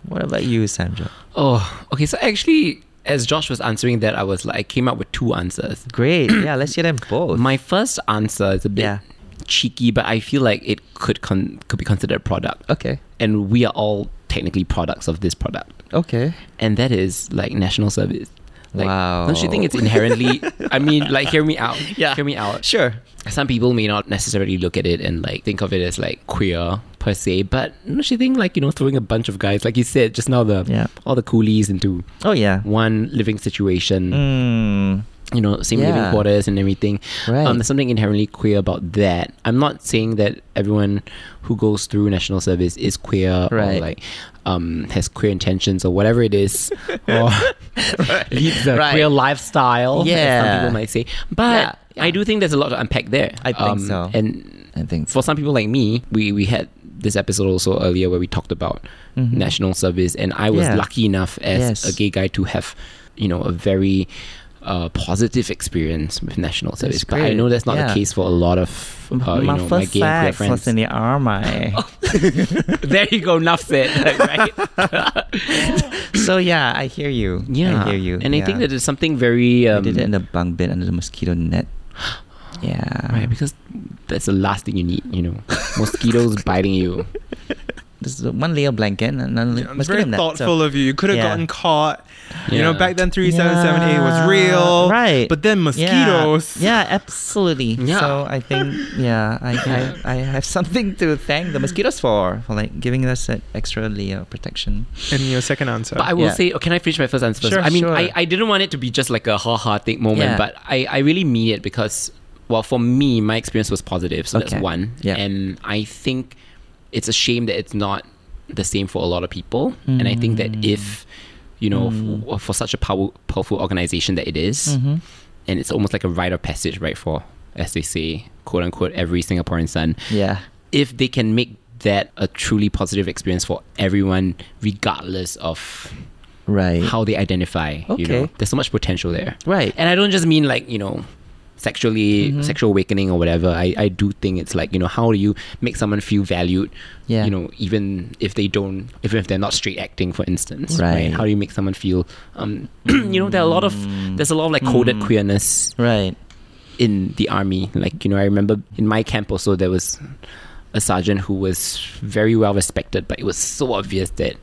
D: What about you, Sandra?
B: oh, okay. So actually, as Josh was answering that, I was like, I came up with two answers.
D: Great. Yeah. Let's hear them both.
B: My first answer is a bit
D: Yeah.
B: cheeky, but I feel like it could con- could be considered a product,
D: okay.
B: and we are all technically products of this product.
D: Okay.
B: and that is like national service. Like,
D: Wow.
B: Don't you think it's inherently? I mean, like, hear me out.
D: Yeah.
B: Hear me out.
D: Sure.
B: Some people may not necessarily look at it and like think of it as like queer per se, but don't you think like you know throwing a bunch of guys, like you said just now, the
D: Yeah.
B: all the coolies into
D: Oh yeah.
B: one living situation,
D: Mm.
B: you know, same living
D: Yeah.
B: quarters and everything.
D: Right.
B: Um, there's something inherently queer about that. I'm not saying that everyone who goes through national service is queer or
D: Right.
B: like um, has queer intentions or whatever it is, or leads a
D: Right.
B: queer lifestyle. as some
D: Yeah.
B: people might say. But
D: Yeah, yeah.
B: I do think there's a lot to unpack there. Um,
D: I think so.
B: And
D: I think so.
B: for some people like me, we we had this episode also earlier where we talked about
D: Mhm.
B: national service, and I was
D: Yeah.
B: lucky enough as
D: Yes.
B: a gay guy to have, you know, a very uh, positive experience with national service. But I
D: great.
B: know that's not the
D: Yeah.
B: case for a lot of uh, you
D: my
B: know my
D: first
B: gay and queer
D: sex was
B: friends.
D: in the army.
B: there you go, enough said. right?
D: so yeah, I hear you.
B: Yeah,
D: I hear you.
B: And I think
D: yeah.
B: that there's something very
D: I
B: um,
D: did it in the bunk bed under the mosquito net. Yeah.
B: right because that's the last thing you need. You know, mosquitoes biting you.
D: There's one layer blanket and another
A: Yeah,
D: layer
A: it's
D: mosquito
A: very
D: net.
A: thoughtful
D: so.
A: of you. You could have
D: Yeah.
A: gotten caught. You know,
B: Yeah.
A: back then 3778 was real.
D: Yeah, Right.
A: But then
D: Yeah.
A: mosquitoes.
D: Yeah, absolutely.
B: Yeah.
D: So I think yeah, I, I I have something to thank the mosquitoes for for like giving us that extra layer of protection.
A: And your second answer.
B: But I will
D: Yeah.
B: say, oh, can I finish my first answer? first?
D: Sure,
B: I mean,
D: sure.
B: I, I didn't want it to be just like a ha ha thing moment,
D: Yeah.
B: but I, I really mean it because, well, for me, my experience was positive. So
D: Okay.
B: that's one.
D: Yeah.
B: And I think it's a shame that it's not the same for a lot of people. And I think that if, you know,
D: Mm.
B: for, for such a power, powerful organization that it is,
D: Mm-hmm.
B: and it's almost like a rite of passage, right? For, as they say, quote unquote, every Singaporean son,
D: Yeah.
B: if they can make that a truly positive experience for everyone, regardless of
D: Right.
B: how they identify. You know,
D: Okay.
B: there's so much potential there.
D: Right.
B: And I don't just mean like, you know, sexually,
D: Mhm.
B: sexual awakening or whatever. I, I do think it's like, you know, how do you make someone feel valued,
D: Yeah.
B: you know, even if they don't, even if they're not straight acting, for instance.
D: Right.
B: How do you make someone feel, um, you know, there are a lot of, there's a lot of like coded
D: Mm.
B: queerness
D: Right.
B: in the army. Like, you know, I remember in my camp also there was a sergeant who was very well respected, but it was so obvious that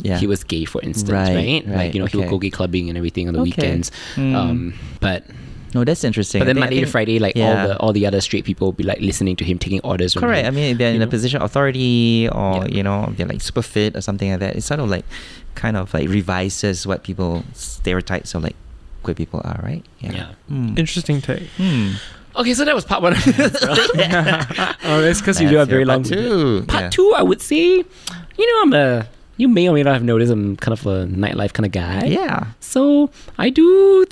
D: Yeah.
B: he was gay, for instance,
D: Right,
B: right?
D: right,
B: Like you know, he would go
D: okay.
B: gay clubbing and everything on the
D: Okay.
B: weekends.
D: Mm.
B: Um, but
D: No, that's interesting.
B: but then
D: I think- I
B: Monday to
D: think-
B: Friday, like
D: yeah.
B: all the all the other straight people would be like listening to him taking orders. from
D: Correct.
B: him,
D: I mean, they're
B: you
D: in a
B: know?
D: position of authority, or
B: Yeah.
D: you know, they're like super fit or something like that. It's sort of like, kind of like revises what people stereotypes of like queer people are, right?
B: Yeah.
D: Mm.
A: Interesting take.
D: Hmm.
B: Okay, so that was part one.
A: Oh, it's because you
D: That's
A: do a
D: your
A: very long
D: part two.
B: Part
D: Yeah.
B: two, I would say, you know, I'm a you may or may not have noticed I'm kind of a nightlife kind of guy.
D: Yeah.
B: So I do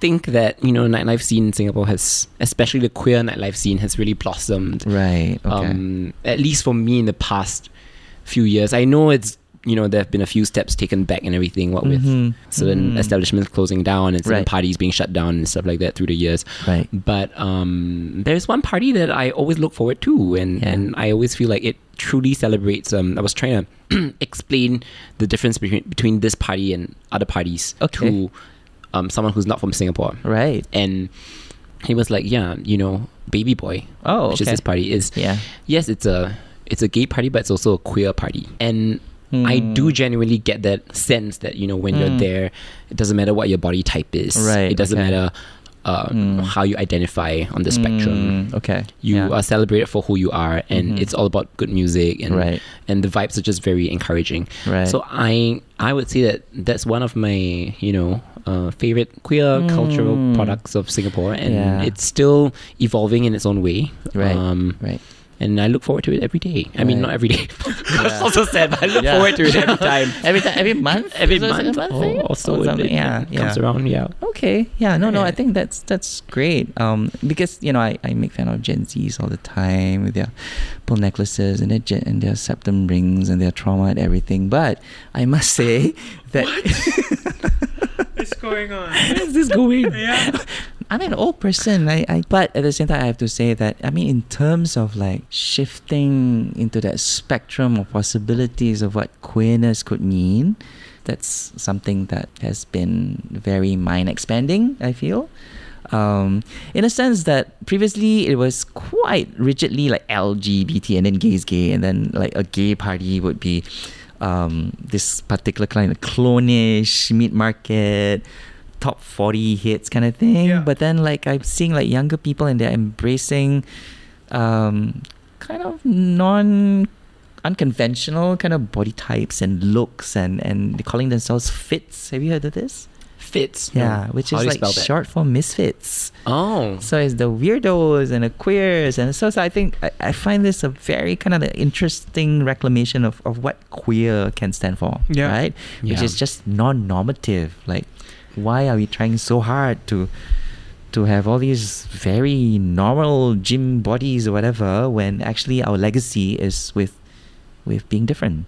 B: think that you know nightlife scene in Singapore has, especially the queer nightlife scene, has really blossomed.
D: Right. Okay.
B: um, at least for me in the past few years. I know it's you know, there have been a few steps taken back and everything, what
D: Mhm.
B: with certain
D: Mhm.
B: establishments closing down and certain
D: Right.
B: parties being shut down and stuff like that through the years.
D: Right.
B: But um, there's one party that I always look forward to, and,
D: Yeah.
B: and I always feel like it truly celebrates. Um, I was trying to explain the difference between, between this party and other parties
D: Okay.
B: to um, someone who's not from Singapore.
D: Right.
B: And he was like, Yeah, you know, Baby Boy,
D: Oh,
B: which is
D: okay.
B: this party, is
D: Yeah.
B: yes, it's a it's a gay party, but it's also a queer party. And I
D: Hmm.
B: do genuinely get that sense that you know when you're there, it doesn't matter what your body type is.
D: Right,
B: It doesn't
D: okay.
B: matter um, how you identify on the spectrum.
D: Mm, okay.
B: Hmm. You
D: yeah. Hmm.
B: are celebrated for who you are, and it's all about good music, and
D: Right.
B: and the vibes are just very encouraging.
D: Right.
B: So I I would say that that's one of my you know uh, favorite queer cultural products of Singapore, and
D: Hmm. Yeah.
B: it's still evolving in its own way.
D: Right.
B: Um,
D: right.
B: and I look forward to it every day. I mean,
D: Right.
B: not every day.
D: Yeah.
B: That's also sad, but I look
D: Yeah.
B: forward to it every time.
D: Every time, every month,
B: every
D: Is it
B: month,
D: a
B: or,
D: thing?
B: or so it-
D: something?
B: it,
D: yeah,
B: it
D: yeah.
B: comes around. Yeah.
D: Okay. Yeah. No. No. I
B: Yeah.
D: think that's that's great. Um, because you know I, I make fun of Gen Zs all the time with their pearl necklaces and their gen, and their septum rings and their trauma and everything. But I must say that
A: What's going on?
D: Where is this going?
A: Yeah.
D: I'm an old person. I, I but at the same time I have to say that I mean in terms of like shifting into that spectrum of possibilities of what queerness could mean, that's something that has been very mind expanding, I feel. Um, in a sense that previously it was quite rigidly like LGBT and then gay is gay and then like a gay party would be um, this particular kind of clonish meat market top 40 hits kind of thing
A: Yeah.
D: but then like i'm seeing like younger people and they're embracing um kind of non unconventional kind of body types and looks and and they're calling themselves fits have you heard of this
B: Fits. Mm.
D: yeah which
B: How
D: is
B: do you
D: like
B: spell that?
D: short for misfits
B: Oh.
D: so it's the weirdos and the queers and so, so I think I, I find this a very kind of interesting reclamation of, of what queer can stand for.
A: Yeah.
D: Right? Which
B: Yeah.
D: is just non normative. Like why are we trying so hard to to have all these very normal gym bodies or whatever when actually our legacy is with with being different.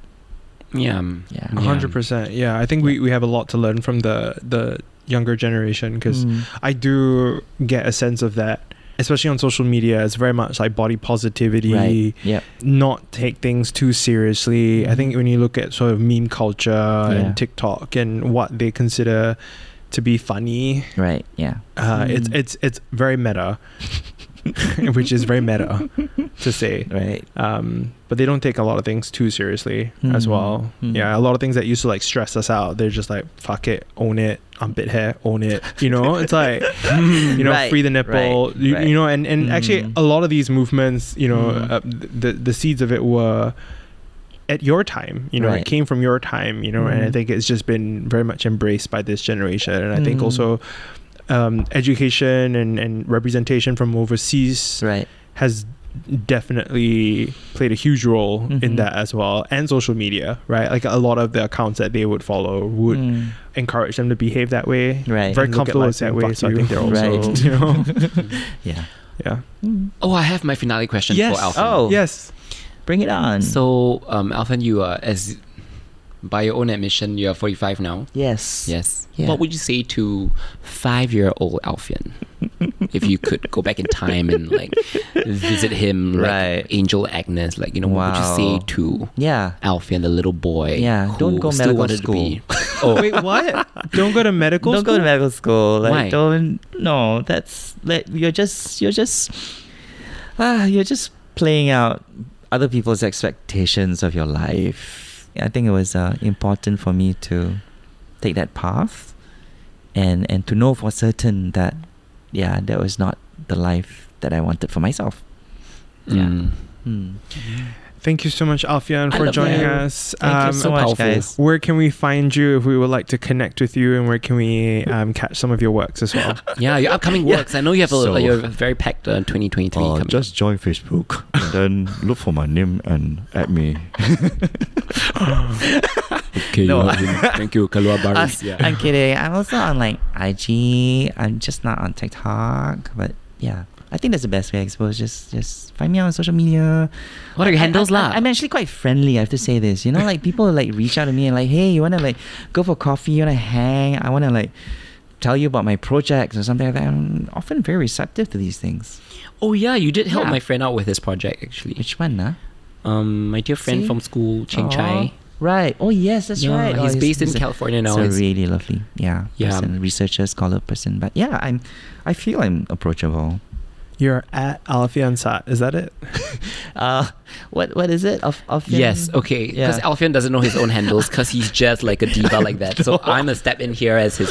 B: yeah.
D: Yeah.
A: A hundred percent. Yeah, I think we, we have a lot to learn from the the younger generation because
D: Mm.
A: I do get a sense of that, especially on social media. It's very much like body positivity,
D: Right. Yep.
A: not take things too seriously. I think when you look at sort of meme culture
D: Mm-hmm. Yeah.
A: and TikTok and what they consider to be funny,
D: Right. Yeah.
A: uh, it's
D: Mm.
A: it's it's very meta, which is very meta to say.
D: Right.
A: Um, but they don't take a lot of things too seriously as
D: Hmm.
A: well.
D: Hmm.
A: Yeah, a lot of things that used to like stress us out, they're just like fuck it, own it, I'm bit hair, own it. You know, it's like you know,
D: Right,
A: free the nipple.
D: right,
A: you,
D: right.
A: you know, and and
D: Hmm.
A: actually a lot of these movements, you know,
D: Hmm.
A: uh, the the seeds of it were at your time, you know,
D: Right.
A: it came from your time, you know, and I
D: Hmm.
A: think it's just been very much embraced by this generation. And I think
D: Hmm.
A: also um, education and, and representation from overseas
D: Right.
A: has definitely played a huge role
D: Mhm.
A: in that as well and social media right like a lot of the accounts that they would follow would
D: Mm.
A: encourage them to behave that way very
D: Right.
A: and
D: And look at
A: comfortable with that way so i think they're also
D: Right.
A: you know
D: Yeah. Mm.
A: yeah
B: Oh, I have my finale question
A: Yes.
B: for Alfin.
D: Oh.
A: yes
D: Bring it on.
B: So, um, Alfin, you are as by your own admission, you are 45 now.
D: Yes.
B: Yes.
D: Yeah.
B: What would you say to five-year-old Alfian if you could go back in time and like visit
D: Mm,
B: him, like
D: Right.
B: Angel Agnes? Like, you know, what would
D: Wow.
B: you say to
D: Yeah.
B: Alfian, the little boy?
D: Yeah,
B: who
D: don't go
B: still
D: medical
B: wanted
D: school.
B: To be, oh,
A: wait what don't go to medical
D: don't
A: school
D: go to medical school. Like
B: Why?
D: don't no, that's like you're just you're just ah, you're just playing out other people's expectations of your life. I think it was uh, important for me to take that path and and to know for certain that yeah, that was not the life that I wanted for myself. Yeah.
B: Mm.
D: Hmm.
A: thank you so much alfian
B: I
A: for
B: love
A: joining
B: you.
A: us Um,
D: Thank you so much,
B: powerful.
D: guys.
A: where can we find you if we would like to connect with you and where can we um, catch some of your works as well
B: Yeah, your upcoming works. I know you have a,
E: So-
B: you have a very packed uh, 2023
D: Oh,
E: Uh,
B: coming.
E: just join Facebook and then look for my name and add me.
B: okay,
D: No.
B: Thank you, Kalua
D: Us- I'm kidding. I'm also on like IG. I'm just not on TikTok, but yeah. I think that's the best way I suppose. Just just find me on social media.
B: What are your
D: I- I-
B: handles
D: I-
B: lah?
D: I'm actually quite friendly. I have to say this. You know, like people like reach out to me and like, hey, you wanna like go for coffee? You wanna hang? I wanna like tell you about my projects or something like that. I'm often very receptive to these things.
B: Oh yeah, you did help
D: Yeah.
B: my friend out with his project actually.
D: Which one, huh?
B: Um, my dear friend
D: See?
B: from school, Cheng Chai.
D: Aw, Right. Oh yes, that's
B: Yeah,
D: right. Oh,
B: he's based in
D: he's a-
B: California now.
D: He's
B: It's-
D: a really lovely, yeah,
B: Yeah.
D: person, researcher, scholar person. But yeah, I'm, I feel I'm approachable.
A: You're at Alfiansat. Is that it?
D: Uh, what what is it? Of of
B: Yes, okay. Because
D: Yeah.
B: Alfian doesn't know his own handles because he's just like a diva like that. So I'm a step in here as his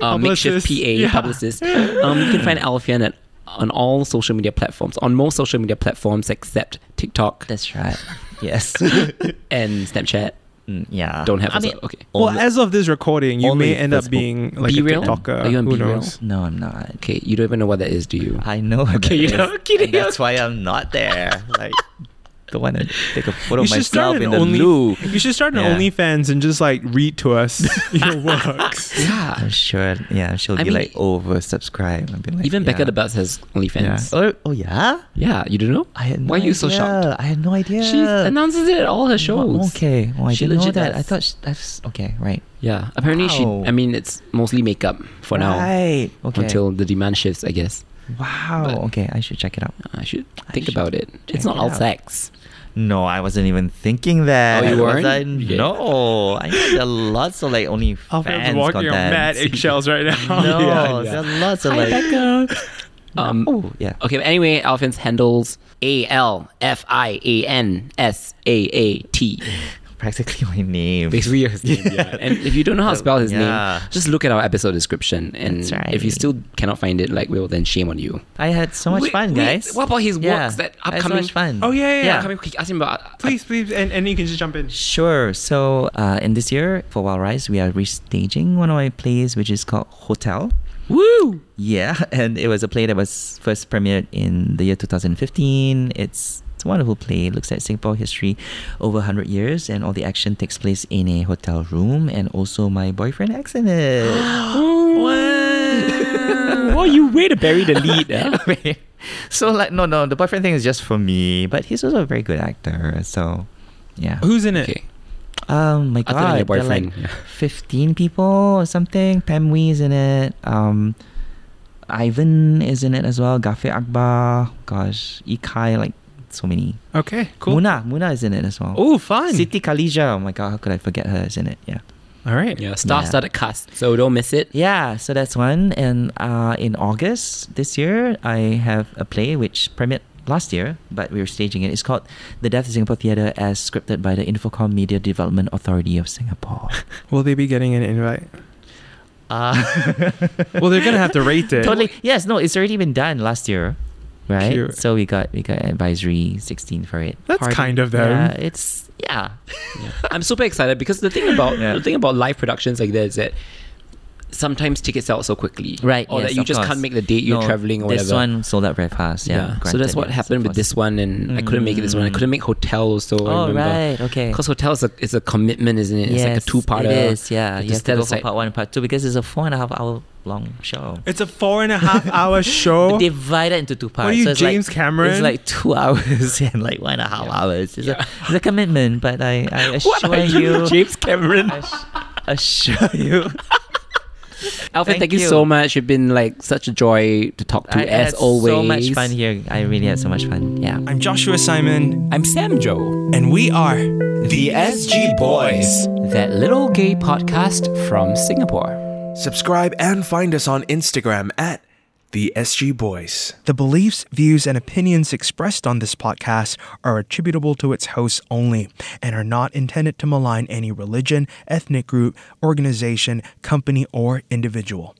B: uh, makeshift
A: Publicist.
B: PA
A: Yeah.
B: publicist. Um, you can find Alfian at, on all social media platforms, on most social media platforms except TikTok
D: That's right. Yes.
B: and Snapchat.
D: Mm, yeah.
B: Don't have
D: I
B: us-
D: mean,
B: okay.
A: Well,
D: only-
A: as of this recording, you
D: only
A: may end up
D: Facebook.
A: being like
B: B-Reel?
A: a TikToker.
B: Are you on
A: Who
B: B-Reel?
A: knows?
D: no, I'm not.
B: Okay, you don't even know what that is, do you?
D: I know. what
B: Okay,
D: that
B: you
D: is,
B: know, kidding,
D: and That's
B: okay.
D: why I'm not there. Like, don't want to take a photo
A: You
D: of
A: should
D: myself
A: start
D: in
A: an
D: the
A: only.
D: loo.
A: You should start an
D: Yeah.
A: OnlyFans and just like read to us your works.
B: yeah.
D: I'm sure. Yeah, she'll
B: I
D: be
B: mean,
D: like oversubscribed. I'll be like,
B: Even
D: yeah.
B: Becca the Buzz has
D: Yeah.
B: OnlyFans.
D: Oh, oh yeah.
B: Yeah, you don't know?
D: I had no
B: Why are you so
D: idea.
B: shocked?
D: I had no idea.
B: She announces it at all her shows.
D: Oh, okay. Oh, I
B: She
D: didn't know
B: legit
D: that.
B: does.
D: I thought sh that's okay. Right.
B: Yeah, apparently
D: Wow.
B: she. I mean, it's mostly makeup for now
D: Right. Okay.
B: until the demand shifts, I guess.
D: wow.
B: but-
D: okay, I should check it out.
B: I should
D: I
B: think
D: should
B: about it. It's
D: check
B: not
D: it
B: all
D: out.
B: sex.
D: No, I wasn't even thinking that.
B: Oh, you
D: Was
B: weren't?
D: I,
B: Yeah.
D: No, I know there are lots of like only
A: Alfian's
D: fans
A: walking
D: content.
A: on mad eggshells right now.
D: no,
A: Yeah, yeah.
D: there are lots of
B: Hi,
D: Oh, like.
B: Becca. Um,
D: Oh yeah.
B: Okay, but anyway, Alfin's handles A L F I A N S A A T.
D: Practically my name.
B: Basically, his name. Yeah. And if you don't know how to spell his
D: Yeah.
B: name, just look at our episode description. And
D: That's right.
B: if you still cannot find it, like, well, then shame on you.
D: I had so much
B: Wait,
D: fun,
B: wait,
D: guys.
B: what about his
D: yeah.
B: works that
D: I had so
B: upcoming-
D: much fun.
A: Oh yeah, yeah. yeah.
B: Coming quick, ask him about. uh,
A: Please, please, and, and you can just jump in.
D: Sure. So, uh, in this year for Wild Rise, we are restaging one of my plays, which is called Hotel.
B: Woo!
D: Yeah, and it was a play that was first premiered in the year 2015. It's, it's a wonderful play. It looks at Singapore history over 100 years, and all the action takes place in a hotel room, and also my boyfriend acts in it.
B: Wow. oh, you way to bury the lead. huh?
D: so, like, no, no, the boyfriend thing is just for me, but he's also a very good actor, so. Yeah.
A: Who's in it?
B: Okay.
D: Um, my
B: Other than your
D: god, there are like
B: boyfriend, yeah.
D: fifteen people or something. Pam Wee is in it. Um, Ivan is in it as well. Gafir Akbar. Gosh, Ikai, like so many.
A: Okay, cool.
D: Muna, Muna is in it as well.
A: Oh, fun.
D: Siti Khalija. Oh my god, how could I forget her? Is in it. Yeah.
A: All right.
B: Yeah, star-studded cast. So don't miss it.
D: Yeah, so that's one. And uh, in August this year, I have a play which premiered last year, but we were staging it. It's called The Death of Singapore Theatre as scripted by the Infocom Media Development Authority of Singapore.
A: Will they be getting an invite?
B: Ah.
D: Uh,
A: Well, they're gonna have to rate it.
D: totally. Yes, no, it's already been done last year, right?
A: Cute.
D: So we got we got advisory sixteen for it.
A: That's kind of them.
D: Yeah, it's yeah.
B: I'm super excited because the thing about
D: Yeah.
B: the thing about live productions like that is that sometimes tickets sell so quickly,
D: Right.
B: Or that
D: yes,
B: you
D: of
B: just
D: course.
B: can't make the date. You're
D: No,
B: traveling or
D: this
B: whatever.
D: one sold out very fast. Yeah.
B: so that's
D: granted,
B: what
D: yes,
B: happened
D: of
B: with this
D: course.
B: one, and I couldn't make it this one. I
D: Mm.
B: couldn't make hotel, so I
D: Oh
B: remember.
D: right, okay.
B: Because hotel is a, is a commitment, isn't it? it's like a
D: Yes,
B: two parter.
D: It is, yeah. You,
B: Just set
D: have to go for
B: aside-
D: part one and part two because it's a four and a half hour long show.
A: It's a four and a half hour show.
D: But divided into two parts.
A: are you,
D: so it's
A: James
D: like,
A: Cameron?
D: It's like two hours and like one and a half
B: Yeah.
D: hours. It's,
B: Yeah.
D: a, it's a commitment, but I, I assure
B: What are you, James Cameron?
D: I ass- assure you.
B: Alfred,
D: Thank
B: thank you
D: you.
B: so much. You've been like such a joy to talk to
D: I
B: as
D: had
B: always.
D: so much fun here. I really had so much fun. Yeah.
C: I'm Joshua Simon,
B: I'm Sam Joe.
C: and we are the SG Boys.
B: That Little Gay Podcast from Singapore.
C: Subscribe and find us on Instagram at the SG Boys.
F: The beliefs, views, and opinions expressed on this podcast are attributable to its hosts only and are not intended to malign any religion, ethnic group, organization, company, or individual.